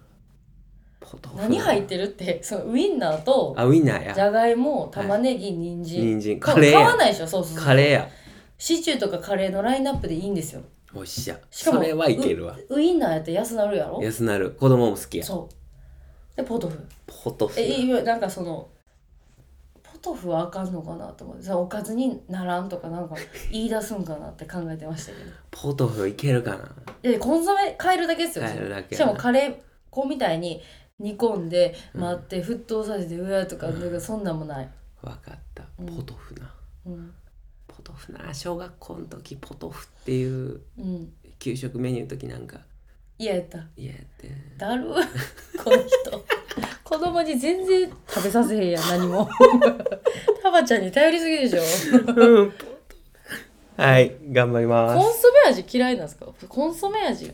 Speaker 2: ポトフ
Speaker 3: 何入ってるってそのウインナーと
Speaker 2: あウインナー
Speaker 3: じ
Speaker 2: や
Speaker 3: ゃがいも玉ねぎ人参
Speaker 2: 人参
Speaker 3: か
Speaker 2: カレー
Speaker 3: 買わ
Speaker 2: や
Speaker 3: ないでしょそうそうそ
Speaker 2: カ
Speaker 3: う
Speaker 2: レーや
Speaker 3: シチューとかカレーのラインナップでいいんですよ
Speaker 2: おっしゃ
Speaker 3: しかも
Speaker 2: それはいけるわ
Speaker 3: ウインナーやったら安なるやろ
Speaker 2: 安なる子供も好きや
Speaker 3: そうでポトフ
Speaker 2: ポトフ
Speaker 3: え今なんかそのポトフはあかんのかなと思ってさおかずにならんとか
Speaker 2: *laughs*
Speaker 3: なんか言い出すんかなって考えてましたけど
Speaker 2: ポトフいけるかな
Speaker 3: でコンソメ変えるだけですよ
Speaker 2: 変えるだけ
Speaker 3: しかもカレー粉みたいに煮込んで待って沸騰させてうわとか,、
Speaker 2: うん
Speaker 3: なんかそんなんもない、
Speaker 2: わかった
Speaker 3: うん
Speaker 2: ポトフな、
Speaker 3: うん
Speaker 2: ポトフな小学校の時ポトフっていう
Speaker 3: うん、
Speaker 2: 給食メニューの時なんか
Speaker 3: いややった
Speaker 2: いやって
Speaker 3: だる *laughs* この人子供に全然食べさせへんやん何も *laughs* タバちゃんに頼りすぎでしょ
Speaker 2: *laughs* うんポトフはい頑張りま
Speaker 3: コ
Speaker 2: す
Speaker 3: ンソメ味嫌いなんですかコンソメ味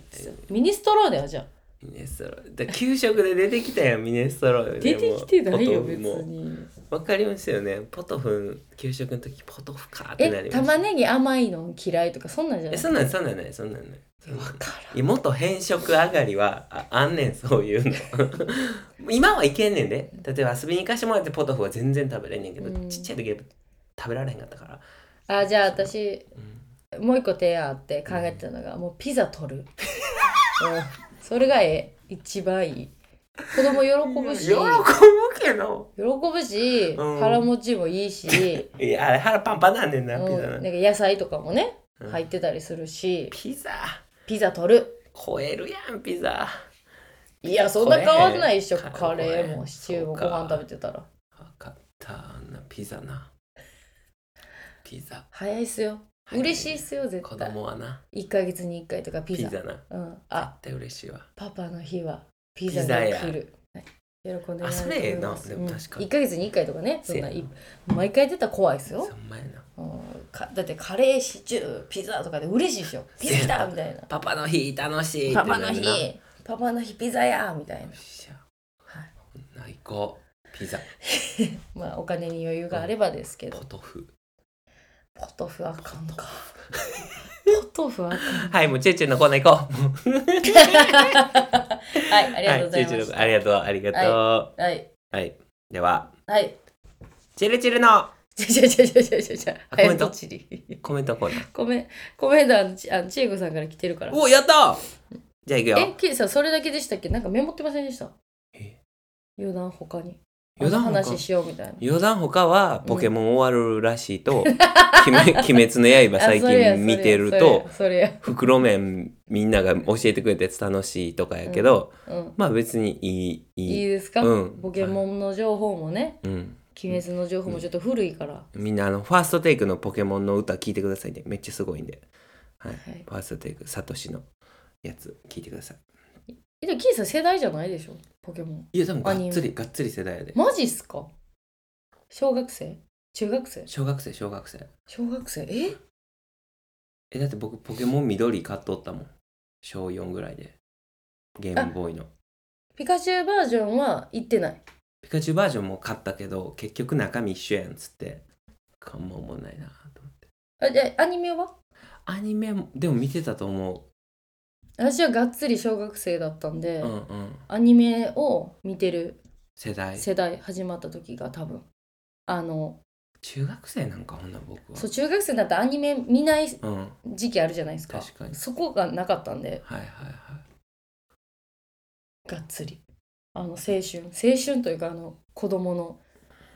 Speaker 3: ミニストローネはじゃあ
Speaker 2: ミネストローだ給食で出てきたよミネストロー
Speaker 3: 出てきてないよ別
Speaker 2: もう
Speaker 3: に
Speaker 2: わかりますよねポトフ給食の時ポトフかーってな
Speaker 3: え
Speaker 2: りました
Speaker 3: 玉ねぎ甘いの嫌いとかそんなんじゃな
Speaker 2: え
Speaker 3: い
Speaker 2: そんなんそんなんないそんなんないそんなんない
Speaker 3: から
Speaker 2: いや元変色上がりはああんねんそういうの *laughs* 今はいけんねんで例えば遊びに行かしてもらってポトフは全然食べれんねんけど、
Speaker 3: うん
Speaker 2: ちっちゃい時は食べられへんかったから、
Speaker 3: んあじゃあ私
Speaker 2: うん
Speaker 3: もう一個提案あって考えてたのがもうピザ取るうんそれがええ一番いい子供喜ぶし
Speaker 2: 喜ぶ
Speaker 3: 喜
Speaker 2: けど
Speaker 3: ぶし
Speaker 2: うん
Speaker 3: 腹持ちもいいし、
Speaker 2: いやあれ腹パンパ *laughs* ンなんねん
Speaker 3: う
Speaker 2: な、
Speaker 3: ん、
Speaker 2: ピ
Speaker 3: な
Speaker 2: ザ
Speaker 3: ん
Speaker 2: な
Speaker 3: か野菜とかもね
Speaker 2: うん
Speaker 3: 入ってたりするし
Speaker 2: ピザ
Speaker 3: ピザ取る
Speaker 2: 超えるやんピザ
Speaker 3: いやそんな変わんないでしょ
Speaker 2: これ
Speaker 3: カレーもシチューも
Speaker 2: そう
Speaker 3: ご
Speaker 2: か
Speaker 3: 飯食べてたら
Speaker 2: 分かったあんなピザなピザ
Speaker 3: 早いっすよ嬉しいっすよ絶
Speaker 2: 子
Speaker 3: 対
Speaker 2: 供はな
Speaker 3: 1ヶ月に1回とかピ
Speaker 2: ピ
Speaker 3: ザ
Speaker 2: ザな
Speaker 3: うん、
Speaker 2: あ
Speaker 3: あ
Speaker 2: 絶対嬉しいわ
Speaker 3: パパの日はピザ
Speaker 2: ピザや
Speaker 3: が来る、はい、喜んでもらえると思います
Speaker 2: あそれええなでも
Speaker 3: うん
Speaker 2: 確かに
Speaker 3: 1ヶ月に1回とかねそんな
Speaker 2: せ
Speaker 3: い毎回出たら怖いですよ
Speaker 2: そ、んまやな
Speaker 3: うん、かだってカレーシチューピザとかで嬉しいでしょピザ来たみたいな
Speaker 2: パパの日楽しい
Speaker 3: パパの
Speaker 2: ってなるなよ
Speaker 3: 日パパの日ピザやみたいな
Speaker 2: っ、しゃ
Speaker 3: はい、
Speaker 2: ほんな行こうピザ
Speaker 3: まあお金に余裕があればですけど
Speaker 2: ポトフ
Speaker 3: ポトフあかんかポトフあかん
Speaker 2: *laughs* はいもうチューチューのコーナー行こう
Speaker 3: はいありがとうござい
Speaker 2: チュ
Speaker 3: ま
Speaker 2: ーチュー
Speaker 3: し
Speaker 2: の
Speaker 3: た
Speaker 2: ありがとうありがと
Speaker 3: はい、
Speaker 2: うはいでは
Speaker 3: はい、
Speaker 2: チルチルの
Speaker 3: じゃじゃじゃじゃじゃじゃじゃ
Speaker 2: あコメント
Speaker 3: 早とちり
Speaker 2: コメントコーナー
Speaker 3: コメンコメントあのちあの千恵子さんから来てるから
Speaker 2: おやったじゃあ行く
Speaker 3: え
Speaker 2: よ
Speaker 3: ケイさんそれだけでしたっけなんかメモってませんでした
Speaker 2: え
Speaker 3: 余談他に
Speaker 2: 余談他
Speaker 3: あの話しようみたいな
Speaker 2: 余談他はポケモン終わるらしい
Speaker 3: *laughs*
Speaker 2: と「鬼滅鬼滅の刃」
Speaker 3: あ
Speaker 2: 最
Speaker 3: それや
Speaker 2: 近見てると
Speaker 3: それや
Speaker 2: 袋麺みんなが教えてくれたやつ楽しいとかやけど、
Speaker 3: それやうん
Speaker 2: まあ別にいい
Speaker 3: い
Speaker 2: い
Speaker 3: い
Speaker 2: い
Speaker 3: ですか、
Speaker 2: うん
Speaker 3: ポケモンの情報もね
Speaker 2: うん
Speaker 3: 鬼滅の情報もちょっと古いから、
Speaker 2: みんなあのファーストテイクのポケモンの歌聞いてくださいねめっちゃすごいんで、はい
Speaker 3: はい
Speaker 2: ファーストテイクサトシのやつ聞いてください
Speaker 3: えでもキイさん世代じゃないでしょポケモン
Speaker 2: いやでもがっつりがっつり世代やで
Speaker 3: マジっすか小学生中学生
Speaker 2: 小学生小学生
Speaker 3: 小学生え
Speaker 2: えだって僕ポケモン緑買っとったもん小4ぐらいでゲームボーイの
Speaker 3: ピカチュウバージョンは行ってない
Speaker 2: ピカチュウバージョンも買ったけど結局中身一緒やんっつってかんま思んないなと思って
Speaker 3: あでアニメは
Speaker 2: アニメもでも見てたと思
Speaker 3: 私はがっつり小学生だったんで、
Speaker 2: ううんうん
Speaker 3: アニメを見てる
Speaker 2: 世代
Speaker 3: 世代始まった時が多分あの
Speaker 2: 中学生なんかほんな僕は
Speaker 3: そう中学生だったらアニメ見ない
Speaker 2: うんはい
Speaker 3: 時期あるじゃないですか
Speaker 2: 確かに
Speaker 3: そこがなかったんで
Speaker 2: はいはい
Speaker 3: がっつりあの青春青春というかあの子供の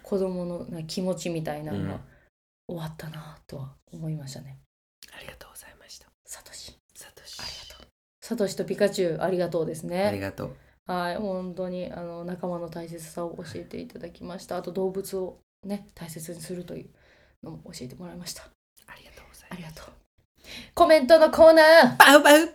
Speaker 3: 子供のな気持ちみたいなの
Speaker 2: うん
Speaker 3: が終わったなとは思いましたね、
Speaker 2: ありがとうございました
Speaker 3: サトシ
Speaker 2: サトシ
Speaker 3: ありがとうサトシとピカチュウありがとうです
Speaker 2: あり
Speaker 3: ね
Speaker 2: がとう
Speaker 3: はい本当にあの仲間の大切さを教えていただきましたあと動物をね大切にするというのも教えてもらいました
Speaker 2: ありがとうござい
Speaker 3: あ
Speaker 2: ま
Speaker 3: り
Speaker 2: す
Speaker 3: がとう。コメントのコーナー。は
Speaker 2: バウバウっ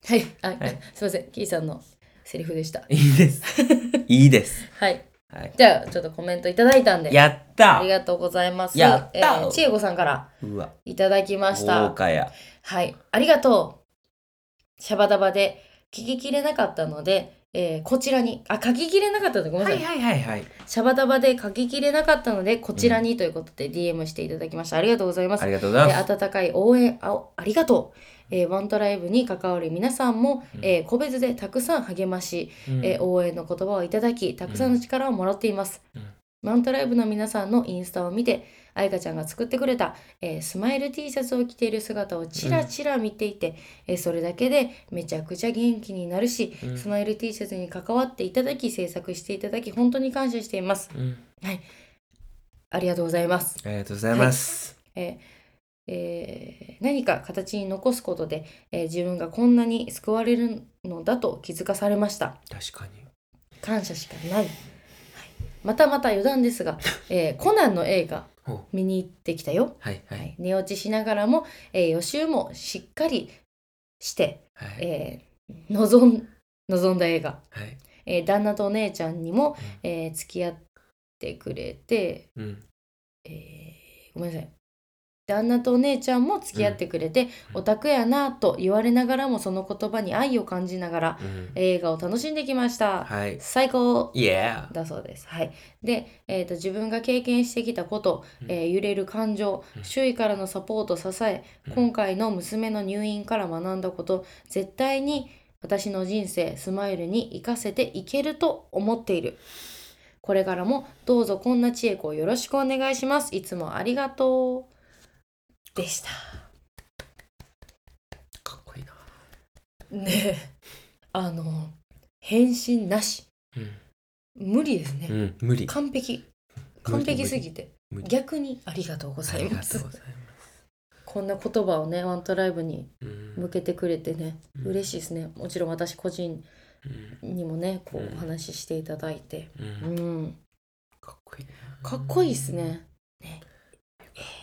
Speaker 2: て
Speaker 3: い、はい、
Speaker 2: はい
Speaker 3: すみません、キーさんのセリフでした。
Speaker 2: いいです
Speaker 3: *laughs*
Speaker 2: いいです
Speaker 3: はい、
Speaker 2: はい
Speaker 3: じゃあ、ちょっとコメントいただいたんで。
Speaker 2: やった
Speaker 3: ありがとうございます。
Speaker 2: やった
Speaker 3: えー千恵子さんから
Speaker 2: うわ
Speaker 3: いただきました
Speaker 2: 豪。華や
Speaker 3: はい、ありがとう。シャバダバで聞ききれなかったので、えーこちらに、あ、書ききれなかったのでごめんな
Speaker 2: は
Speaker 3: さい。
Speaker 2: いはいはいはい
Speaker 3: シャバダバで書ききれなかったので、こちらにということで DM していただきました。ありがとうございます
Speaker 2: あ。りがとうございます
Speaker 3: えー温かい応援あおありがとう、えーワントライブに関わる皆さんも、
Speaker 2: うん
Speaker 3: えー個別でたくさん励まし、
Speaker 2: うん
Speaker 3: えー応援の言葉をいただきたくさんの力をもらっています、
Speaker 2: うん
Speaker 3: ワントライブの皆さんのインスタを見て愛花ちゃんが作ってくれた、えースマイル T シャツを着ている姿をちらちら見ていて、えーそれだけでめちゃくちゃ元気になるし、
Speaker 2: うん
Speaker 3: スマイル T シャツに関わっていただき制作していただき本当に感謝しています
Speaker 2: うん
Speaker 3: ありがとうございます
Speaker 2: ありがとうございます
Speaker 3: えーえー何か形に残すことで、えー自分がこんなに救われるのだと気づかされました
Speaker 2: 確かに
Speaker 3: 感謝しかない、はい、またまた余談で
Speaker 2: *laughs*
Speaker 3: すが、えーコナンの映画
Speaker 2: ほう
Speaker 3: 見に行ってきたよ、
Speaker 2: はいは
Speaker 3: はいい、寝落ちしながらも、えー予習もしっかりして、
Speaker 2: はい
Speaker 3: えー望ん望んだ映画、
Speaker 2: はい
Speaker 3: えー旦那とお姉ちゃんにも、えー付き合ってくれて
Speaker 2: うん
Speaker 3: えーごめんなさい旦那とお姉ちゃんも付き合ってくれて、
Speaker 2: うん
Speaker 3: オタクやなと言われながらもその言葉に愛を感じながら
Speaker 2: うん
Speaker 3: 映画を楽しんできました、
Speaker 2: はい
Speaker 3: 最高
Speaker 2: Yeah
Speaker 3: だそうですはいで、えー、と自分が経験してきたこと、
Speaker 2: うん
Speaker 3: えー揺れる感情
Speaker 2: うん
Speaker 3: 周囲からのサポート支え
Speaker 2: うん
Speaker 3: 今回の娘の入院から学んだこと絶対に私の人生スマイルに生かせていけると思っているこれからもどうぞこんな千恵子をよろしくお願いしますいつもありがとうでした
Speaker 2: かっこいいな
Speaker 3: ねえあの返信なし無理ですね、
Speaker 2: うんうん無理
Speaker 3: 完璧
Speaker 2: 無理
Speaker 3: 完璧すぎて
Speaker 2: 無理
Speaker 3: 逆にありがとうござ
Speaker 2: あ
Speaker 3: い
Speaker 2: りが
Speaker 3: ま
Speaker 2: とう
Speaker 3: す
Speaker 2: ございます
Speaker 3: ここんな言葉をねワントライブに向けてくれてね、
Speaker 2: うん
Speaker 3: 嬉しいですねもちろん私個人
Speaker 2: うん
Speaker 3: にもねこ
Speaker 2: うん
Speaker 3: うお話ししていただいて、
Speaker 2: うん
Speaker 3: うん、
Speaker 2: かっこいいね
Speaker 3: かっこいいですね、
Speaker 2: かっ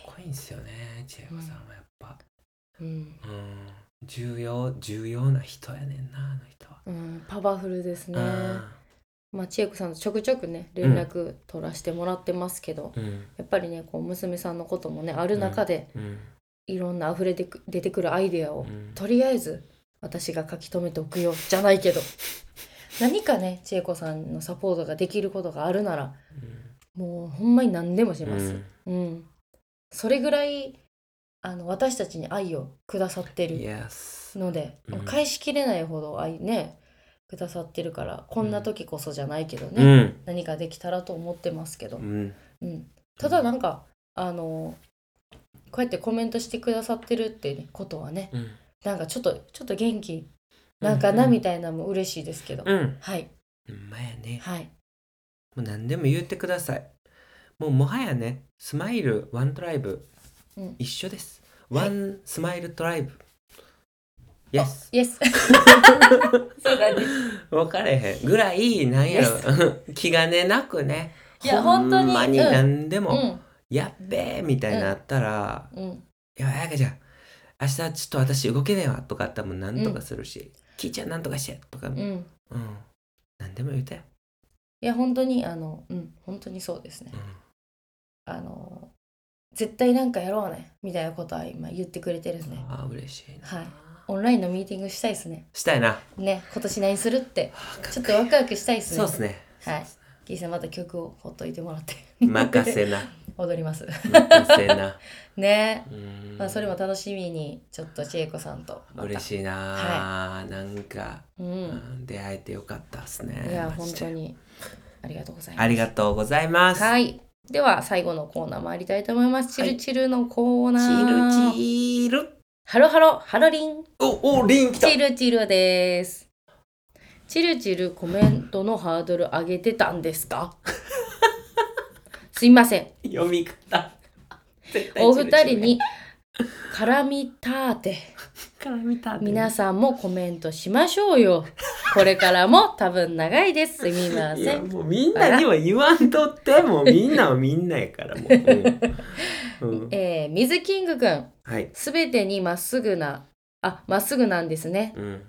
Speaker 2: こいいんですよね千恵子さんはやっぱ
Speaker 3: うん
Speaker 2: うん重要重要な人やねんなあの人は
Speaker 3: うん、パワフルですね、まあ、千恵子さんとちょくちょくね
Speaker 2: うん
Speaker 3: 連絡取らせてもらってますけど、
Speaker 2: うん
Speaker 3: やっぱりねこう娘さんのこともねある中で
Speaker 2: うん
Speaker 3: いろんな溢れてく出てくるアイデア
Speaker 2: う
Speaker 3: を
Speaker 2: ん
Speaker 3: とりあえず私が書き留めておくよじゃないけど何かね千恵子さんのサポートができることがあるならもうほんまに何でもし
Speaker 2: うん
Speaker 3: ます、うんそれぐらいあの私たちに愛をくださってる
Speaker 2: Yes
Speaker 3: ので、
Speaker 2: うん
Speaker 3: もう返しきれないほど愛ねくださってるからこんな時こそじゃないけどね、
Speaker 2: うん
Speaker 3: 何かできたらと思ってますけど
Speaker 2: う、ん
Speaker 3: うん、ただなんかあのこうやってコメントしてくださってるってねことはね
Speaker 2: うん
Speaker 3: なんかちょっとちょっと元気なんかなみたいなのも嬉しいですけど、
Speaker 2: うん
Speaker 3: はい
Speaker 2: ほんまやね
Speaker 3: はい
Speaker 2: もう何でも言ってくださいもうもはやねスマイルワントライブ
Speaker 3: うん
Speaker 2: 一緒です
Speaker 3: は
Speaker 2: ワ
Speaker 3: い
Speaker 2: ンスマイルトライブ Yes
Speaker 3: イ
Speaker 2: *laughs*
Speaker 3: エスそうだね
Speaker 2: 分かれへんぐらいなんやろ気兼ねなくね
Speaker 3: いや
Speaker 2: ほんま
Speaker 3: 本当に
Speaker 2: に
Speaker 3: うん
Speaker 2: 何で
Speaker 3: う
Speaker 2: も
Speaker 3: ん
Speaker 2: やっべえみたいなあったら
Speaker 3: うん
Speaker 2: 「いや彩香ちゃん明日ちょっと私動けねえわ」とかあったらもう何とかするし「きーちゃん何とかして」とかう
Speaker 3: うんん
Speaker 2: 何でも言うて
Speaker 3: いや本当にあのうん本当にそうですね
Speaker 2: うん
Speaker 3: あの絶対なんかやろうねみたいなことは今言ってくれてるんですね
Speaker 2: ああ嬉しいな
Speaker 3: はいオンラインのミーティングしたいですね
Speaker 2: したいな
Speaker 3: ね今年何するって
Speaker 2: あーか
Speaker 3: ちょっ
Speaker 2: こといい
Speaker 3: ワクワクしたいですね
Speaker 2: そうっすね
Speaker 3: はいキーさんまた曲をほっといてもらって
Speaker 2: 任
Speaker 3: *laughs*
Speaker 2: せな
Speaker 3: 踊ります
Speaker 2: 任せ
Speaker 3: *laughs*
Speaker 2: な
Speaker 3: ね
Speaker 2: うん
Speaker 3: まあそれも楽しみにちょっと千恵子さんとまた
Speaker 2: 嬉しいななんか
Speaker 3: う
Speaker 2: うんん出会えてよかったっすね
Speaker 3: いや
Speaker 2: マ
Speaker 3: 本
Speaker 2: ジで
Speaker 3: 当にありがとうございます
Speaker 2: ありがとうございます
Speaker 3: はいでは最後のコーナー参りたいと思いますチ
Speaker 2: はい
Speaker 3: ルチルのコー
Speaker 2: チ
Speaker 3: ナー、
Speaker 2: ールチール
Speaker 3: ハロハロハロリン
Speaker 2: おおリン来た
Speaker 3: チルチルですチルチルコメントのハードル上げてたんですかすいません
Speaker 2: 読み方絶対
Speaker 3: お二
Speaker 2: チルチ
Speaker 3: 人
Speaker 2: ル
Speaker 3: に絡みたーて
Speaker 2: から見たって
Speaker 3: 皆さんもコメントしましょうよ。これからも多分長いです。すみま
Speaker 2: い
Speaker 3: せ
Speaker 2: や
Speaker 3: ん。
Speaker 2: もうみんなには言わんとってもうみんなはみんなやから
Speaker 3: *laughs*
Speaker 2: もう、うんうん、
Speaker 3: えー、水キングくん、
Speaker 2: はい、
Speaker 3: すべてにまっすぐな、あ、まっすぐなんですね。
Speaker 2: うん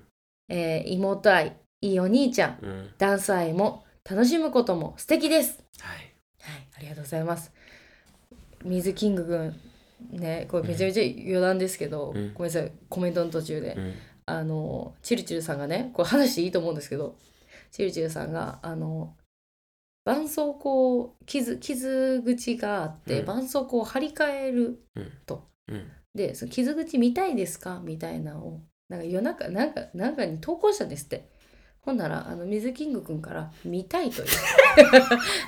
Speaker 3: えー、妹愛、いいお兄ちゃん、
Speaker 2: うん、
Speaker 3: ダンス愛も、楽しむことも素敵です。
Speaker 2: はい
Speaker 3: はい、ありがとうございます。水キングくん、ね、これめちゃめちゃ余談ですけど、
Speaker 2: うん
Speaker 3: ごめんなさい、コメントの途中で。
Speaker 2: うん
Speaker 3: あのチルチルさんがねこれ話していいと思うんですけどチルチルさんがあの絆創膏を傷傷口があって、
Speaker 2: うん
Speaker 3: 絆創膏を張り替える
Speaker 2: うん
Speaker 3: でその傷口見たいですかみたいなのをなんか夜中なんかなんかに投稿したんですってほんならあの水キングくんから「見たい」
Speaker 2: *laughs*
Speaker 3: という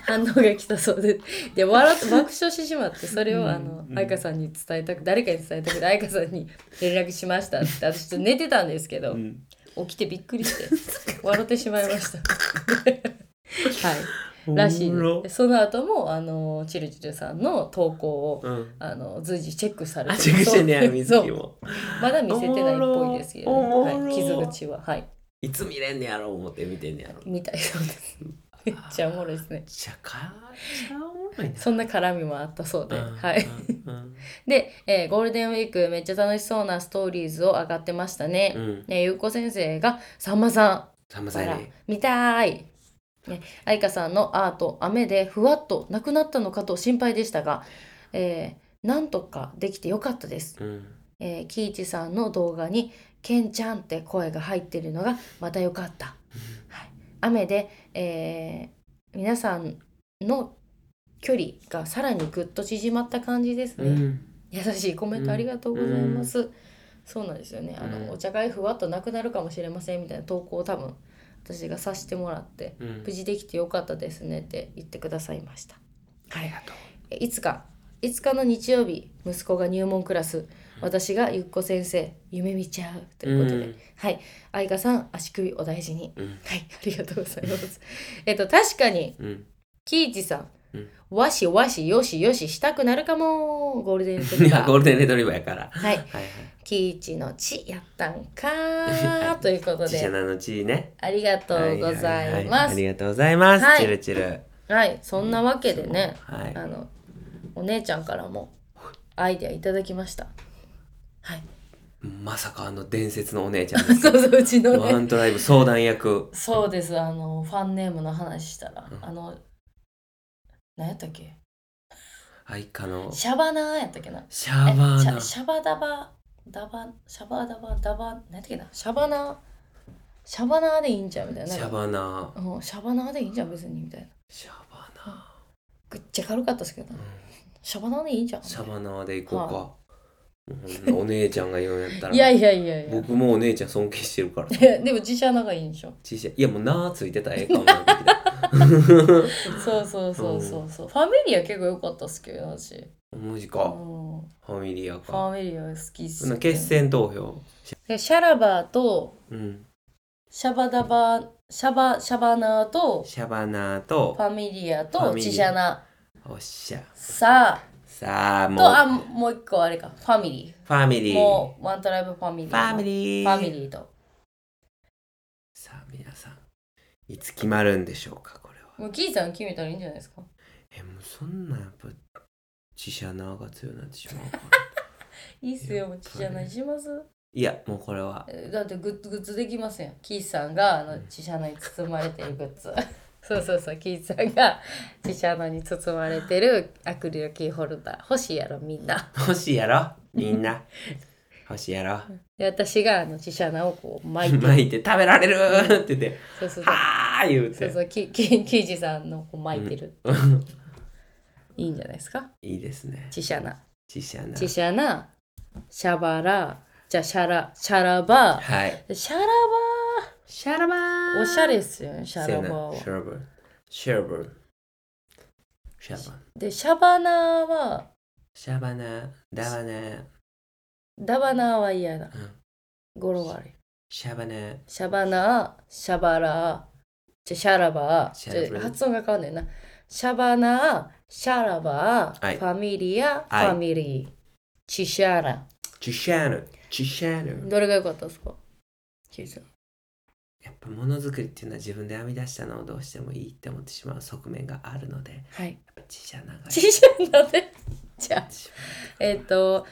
Speaker 3: 反応が来たそうでで笑って爆笑してしまってそれ
Speaker 2: う
Speaker 3: を
Speaker 2: ん
Speaker 3: あの
Speaker 2: うん
Speaker 3: 愛花さんに伝えたく誰かに伝えたくて愛花さんに連絡しましたって私ちょっと寝てたんですけど。
Speaker 2: うん
Speaker 3: 起きてびっくり
Speaker 2: *laughs*
Speaker 3: して笑ってしまいましたはいらしい
Speaker 2: おもろ
Speaker 3: ですその後もあのチルチルさんの投稿を
Speaker 2: うん
Speaker 3: あの随時チェックされ
Speaker 2: あ
Speaker 3: て
Speaker 2: チェックしてんねや
Speaker 3: そう
Speaker 2: 水
Speaker 3: そ
Speaker 2: 木
Speaker 3: う
Speaker 2: も
Speaker 3: まだ見せてないっぽいですけど、
Speaker 2: おもろ
Speaker 3: はい、傷口ははい
Speaker 2: いつ見れんねやろ思って見てんねやろ
Speaker 3: 見たいそう
Speaker 2: *laughs*
Speaker 3: ですめっちゃおもろいですね
Speaker 2: じゃかちゃおもろいな
Speaker 3: そんな絡みもあったそうで、
Speaker 2: うん
Speaker 3: はい
Speaker 2: うん
Speaker 3: で、えーゴールデンウィークめっちゃ楽しそうなストーリーズを上がってましたね、
Speaker 2: うん
Speaker 3: ねゆうこ先生がさんまさん
Speaker 2: さんまさ
Speaker 3: あ
Speaker 2: んや
Speaker 3: ら
Speaker 2: ね
Speaker 3: 見たーい。ね、愛花さんのアート雨でふわっとなくなったのかと心配でしたが、えーなんとかできてよかったで
Speaker 2: う
Speaker 3: す。
Speaker 2: ん
Speaker 3: えー、キイチさんの動画に「けんちゃん」って声が入ってるのがまたよかった。はい、雨で、えー皆さんの距離がさらにぐっと縮まった感じです
Speaker 2: う
Speaker 3: ね。
Speaker 2: ん
Speaker 3: 優しいコメントありがとうございます。そうなんですよね。あの、
Speaker 2: うん
Speaker 3: お茶会ふわっとなくなるかもしれませんみたいな投稿を多分私がさせてもらって、
Speaker 2: うん
Speaker 3: 無事できてよかったですねって言ってくださいました。
Speaker 2: ありがと
Speaker 3: えいつかいつかの日曜日息子が入門クラス私がゆっこ先生夢見ちゃうということで、
Speaker 2: うん
Speaker 3: はい愛花さん足首お大事に、
Speaker 2: うん
Speaker 3: *laughs* はいありがとうございますえっと確かに
Speaker 2: ううん
Speaker 3: キイチさん
Speaker 2: うん
Speaker 3: わしわしよしよししたくなるかもゴールデンレ
Speaker 2: *laughs*
Speaker 3: ト
Speaker 2: い
Speaker 3: リバ
Speaker 2: やゴー
Speaker 3: ー
Speaker 2: ルデンレトリバーやから
Speaker 3: はい
Speaker 2: はい
Speaker 3: キイチのちやったんか
Speaker 2: は
Speaker 3: ー
Speaker 2: い
Speaker 3: ということ
Speaker 2: はいちしゃ *laughs*
Speaker 3: で
Speaker 2: なのちね
Speaker 3: ありがとうござい
Speaker 2: ははは
Speaker 3: ま
Speaker 2: あ
Speaker 3: す
Speaker 2: りがとうございます、
Speaker 3: はい
Speaker 2: チルチル
Speaker 3: はいそんなわけでね
Speaker 2: はい
Speaker 3: あのお姉ちゃんからもアイデアいただきました
Speaker 2: *laughs*
Speaker 3: はい
Speaker 2: まさかあの伝説のお姉ちゃんです
Speaker 3: そう *laughs* そううちの
Speaker 2: ワ
Speaker 3: ね
Speaker 2: ントライブ相談役
Speaker 3: そうですあのファンネームの話したら
Speaker 2: うん
Speaker 3: あの何やったっけ
Speaker 2: はいかの
Speaker 3: シャバナーやったっけな
Speaker 2: シャバ
Speaker 3: え
Speaker 2: ー
Speaker 3: シ
Speaker 2: ナ
Speaker 3: ャシャバダバダバシャバダバダバ何て言うのシャバナシャバナでいいんじゃんみたいな
Speaker 2: シャ
Speaker 3: なんか
Speaker 2: バナ
Speaker 3: うんシャバナでいいんじゃん別にみたいな
Speaker 2: シャバナ
Speaker 3: ぐっちゃ軽かったですけど、シャバナでいいんじゃんみ
Speaker 2: シ
Speaker 3: た
Speaker 2: ャ
Speaker 3: いな
Speaker 2: バナで行こうか、うんお姉ちゃんが言うんやったら
Speaker 3: いやいやいやいや
Speaker 2: 僕もお姉ちゃん尊敬してる
Speaker 3: *laughs*
Speaker 2: から
Speaker 3: いやでも自社のがいいんでしょ
Speaker 2: ちっちゃいいやもうなーついてたらええかもなってきた
Speaker 3: そうそうそうそうそう、ファミリア結構良かったっすけど私、
Speaker 2: マジ
Speaker 3: う
Speaker 2: か
Speaker 3: ん、フ
Speaker 2: ファミリアか
Speaker 3: ァミリア好きっす
Speaker 2: その
Speaker 3: ね
Speaker 2: 決戦投票
Speaker 3: でシャラバーと
Speaker 2: うん
Speaker 3: シャバダバシャバシャバナーと
Speaker 2: シャバナ
Speaker 3: フ
Speaker 2: と
Speaker 3: ァミリア
Speaker 2: ファ
Speaker 3: と
Speaker 2: ミリア
Speaker 3: 自社ナ
Speaker 2: おっしゃ
Speaker 3: さあ
Speaker 2: さあも
Speaker 3: とあ
Speaker 2: う
Speaker 3: もう一個あれかファミリ
Speaker 2: ファミ
Speaker 3: ー
Speaker 2: リー
Speaker 3: もうワントライブファミリー
Speaker 2: ファミリー
Speaker 3: ファミリーと
Speaker 2: さあ皆さんいつ決まるんでしょうかこれは
Speaker 3: もうキーさん決めたらいいんじゃないですか
Speaker 2: えもうそんなんやっぱ自社なが強くなってしま
Speaker 3: *laughs*
Speaker 2: うから
Speaker 3: いいっすようちじゃないします
Speaker 2: いやもうこれ
Speaker 3: *laughs*
Speaker 2: は
Speaker 3: えだってグッズグッズできませんよキーさんがあの自社のに包まれてるグッズ *laughs* そうそうそうキーさんが自社のに包まれてるアクリルキーホルダー欲しいやろみんな
Speaker 2: 欲しいやろみんな欲しいやろ
Speaker 3: で私があの自社のをこう巻いて
Speaker 2: 巻いて食べられるって言って
Speaker 3: そうそうそう
Speaker 2: はあ言う
Speaker 3: そう
Speaker 2: て
Speaker 3: そう *laughs* キキキージさんのこう巻いてる、いいんじゃないですか
Speaker 2: *laughs* いいですね
Speaker 3: 自社の
Speaker 2: 自社な
Speaker 3: チシャナ、シャバラ、じゃあシャラ、シャラバ、
Speaker 2: はい
Speaker 3: シャラ
Speaker 2: シャラバ
Speaker 3: バ、
Speaker 2: ー
Speaker 3: おしゃれっすよね、シャ
Speaker 2: せやな
Speaker 3: ラバは
Speaker 2: シ。ャラバーシャラバーシャバ
Speaker 3: で、シャバナは、
Speaker 2: シャバナダバナ
Speaker 3: ダバナは嫌だ
Speaker 2: うん。
Speaker 3: 語呂悪い。
Speaker 2: シャバナ
Speaker 3: シャバナ、シャバラ、じゃあシャラバ、
Speaker 2: シャラバ
Speaker 3: ちょ発音が変わんねんな。シャバナ、シャラバ、フ
Speaker 2: はい
Speaker 3: ァミリア、フ
Speaker 2: はい
Speaker 3: ァミリー、チシャラ。
Speaker 2: チシャヌチシャヌ
Speaker 3: どれが良かったですかキーさん
Speaker 2: やっぱものづくりっていうのは自分で編み出したのをどうしてもいいって思ってしまう側面があるのでやっ
Speaker 3: はい。
Speaker 2: ぱ自社長い
Speaker 3: チシャラで、じゃあ。えっと、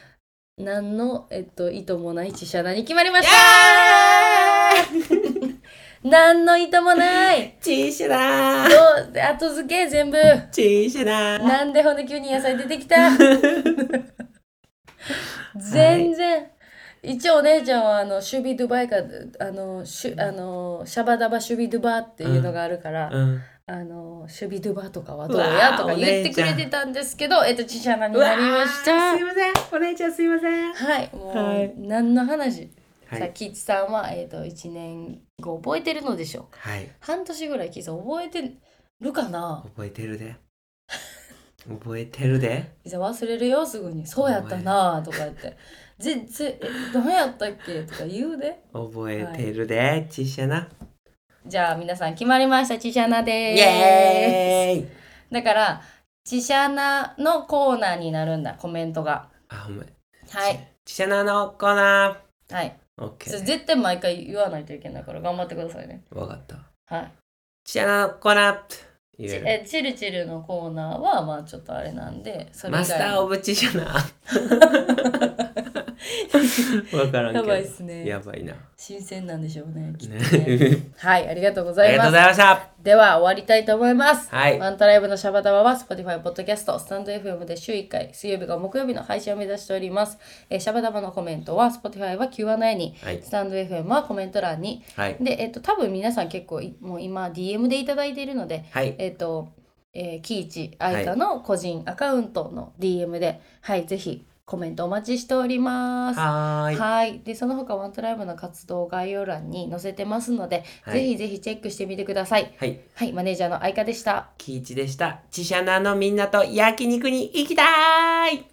Speaker 3: 何の、えっと、意図もない自社なに決まりました何の意図
Speaker 2: *laughs*
Speaker 3: もない
Speaker 2: ちしな
Speaker 3: どう後付け全部
Speaker 2: ちし *laughs* な
Speaker 3: なんでほんで急に野菜出て
Speaker 2: *laughs*
Speaker 3: きた全然、一応お姉ちゃんはあのシュビドゥバイかあのシュあのシャバダバシュビドゥバっていうのがあるから、
Speaker 2: うん
Speaker 3: あのシュビドゥバとかはどうやとか言ってくれてたんですけどえっとちしゃなに
Speaker 2: うわ
Speaker 3: な
Speaker 2: ー
Speaker 3: りました
Speaker 2: すいませんお姉ちゃんすいませんは
Speaker 3: はい、もう、
Speaker 2: はい
Speaker 3: 何の話、さあ
Speaker 2: い
Speaker 3: キッチさんは、えー、と1年後覚えてるのでしょうか
Speaker 2: はい
Speaker 3: 半年ぐらいキッチさん覚えてるかな
Speaker 2: 覚えてるで覚えてるで
Speaker 3: キッチさん忘れるよすぐに「そうやったな」とか言って「全然え何やったっけ?」とか言うで
Speaker 2: 覚えてるでちしな
Speaker 3: じゃあ皆さん決まりましたチシャナ
Speaker 2: イ
Speaker 3: でーす
Speaker 2: エーイ
Speaker 3: だからチシャナのコーナーになるんだコメントが
Speaker 2: あほんま
Speaker 3: はい
Speaker 2: ちしなのコーナ
Speaker 3: はい
Speaker 2: ーオッケ
Speaker 3: それ
Speaker 2: ー
Speaker 3: 絶対毎回言わないといけないから頑張ってくださいね
Speaker 2: わかった
Speaker 3: はい
Speaker 2: ちしなのコーナー言
Speaker 3: ち
Speaker 2: える
Speaker 3: えチルチルのコーナーはまあちょっとあれなんでそれ
Speaker 2: マ
Speaker 3: 以
Speaker 2: スタ
Speaker 3: 外
Speaker 2: ーオブチシ
Speaker 3: *laughs*
Speaker 2: ャナわからんけ
Speaker 3: や
Speaker 2: ど
Speaker 3: ばいですね
Speaker 2: やばい *laughs* な、
Speaker 3: 新鮮なんでしょうねきっと
Speaker 2: ね、
Speaker 3: ねはいありがとうご
Speaker 2: あ
Speaker 3: ざ
Speaker 2: り
Speaker 3: い
Speaker 2: がとうご
Speaker 3: ます
Speaker 2: ざいました
Speaker 3: では終わりたいと思います
Speaker 2: はい
Speaker 3: ワントライブのシャバダバは Spotify、Podcast、スタンド FM で週1回、水曜日が木曜日の配信を目指しております。えーシャバダバのコメントは Spotify は Q&A に、
Speaker 2: はい
Speaker 3: スタンド FM はコメント欄に。
Speaker 2: はい
Speaker 3: で、えっと、多分皆さん結構いもう今 DM でいただいているので、
Speaker 2: はい
Speaker 3: えっ、と、えー、キイチアイカの個人アカウントの DM で、はい、ぜひコメントお待ちしております。
Speaker 2: はーい
Speaker 3: はいでその他ワントライブの活動概要欄に載せてますので、
Speaker 2: はい
Speaker 3: ぜひぜひチェックしてみてください。
Speaker 2: はい
Speaker 3: はい、マネージャーの愛花でした。
Speaker 2: キイチでしたチシャナのみんなと焼肉に行きたーい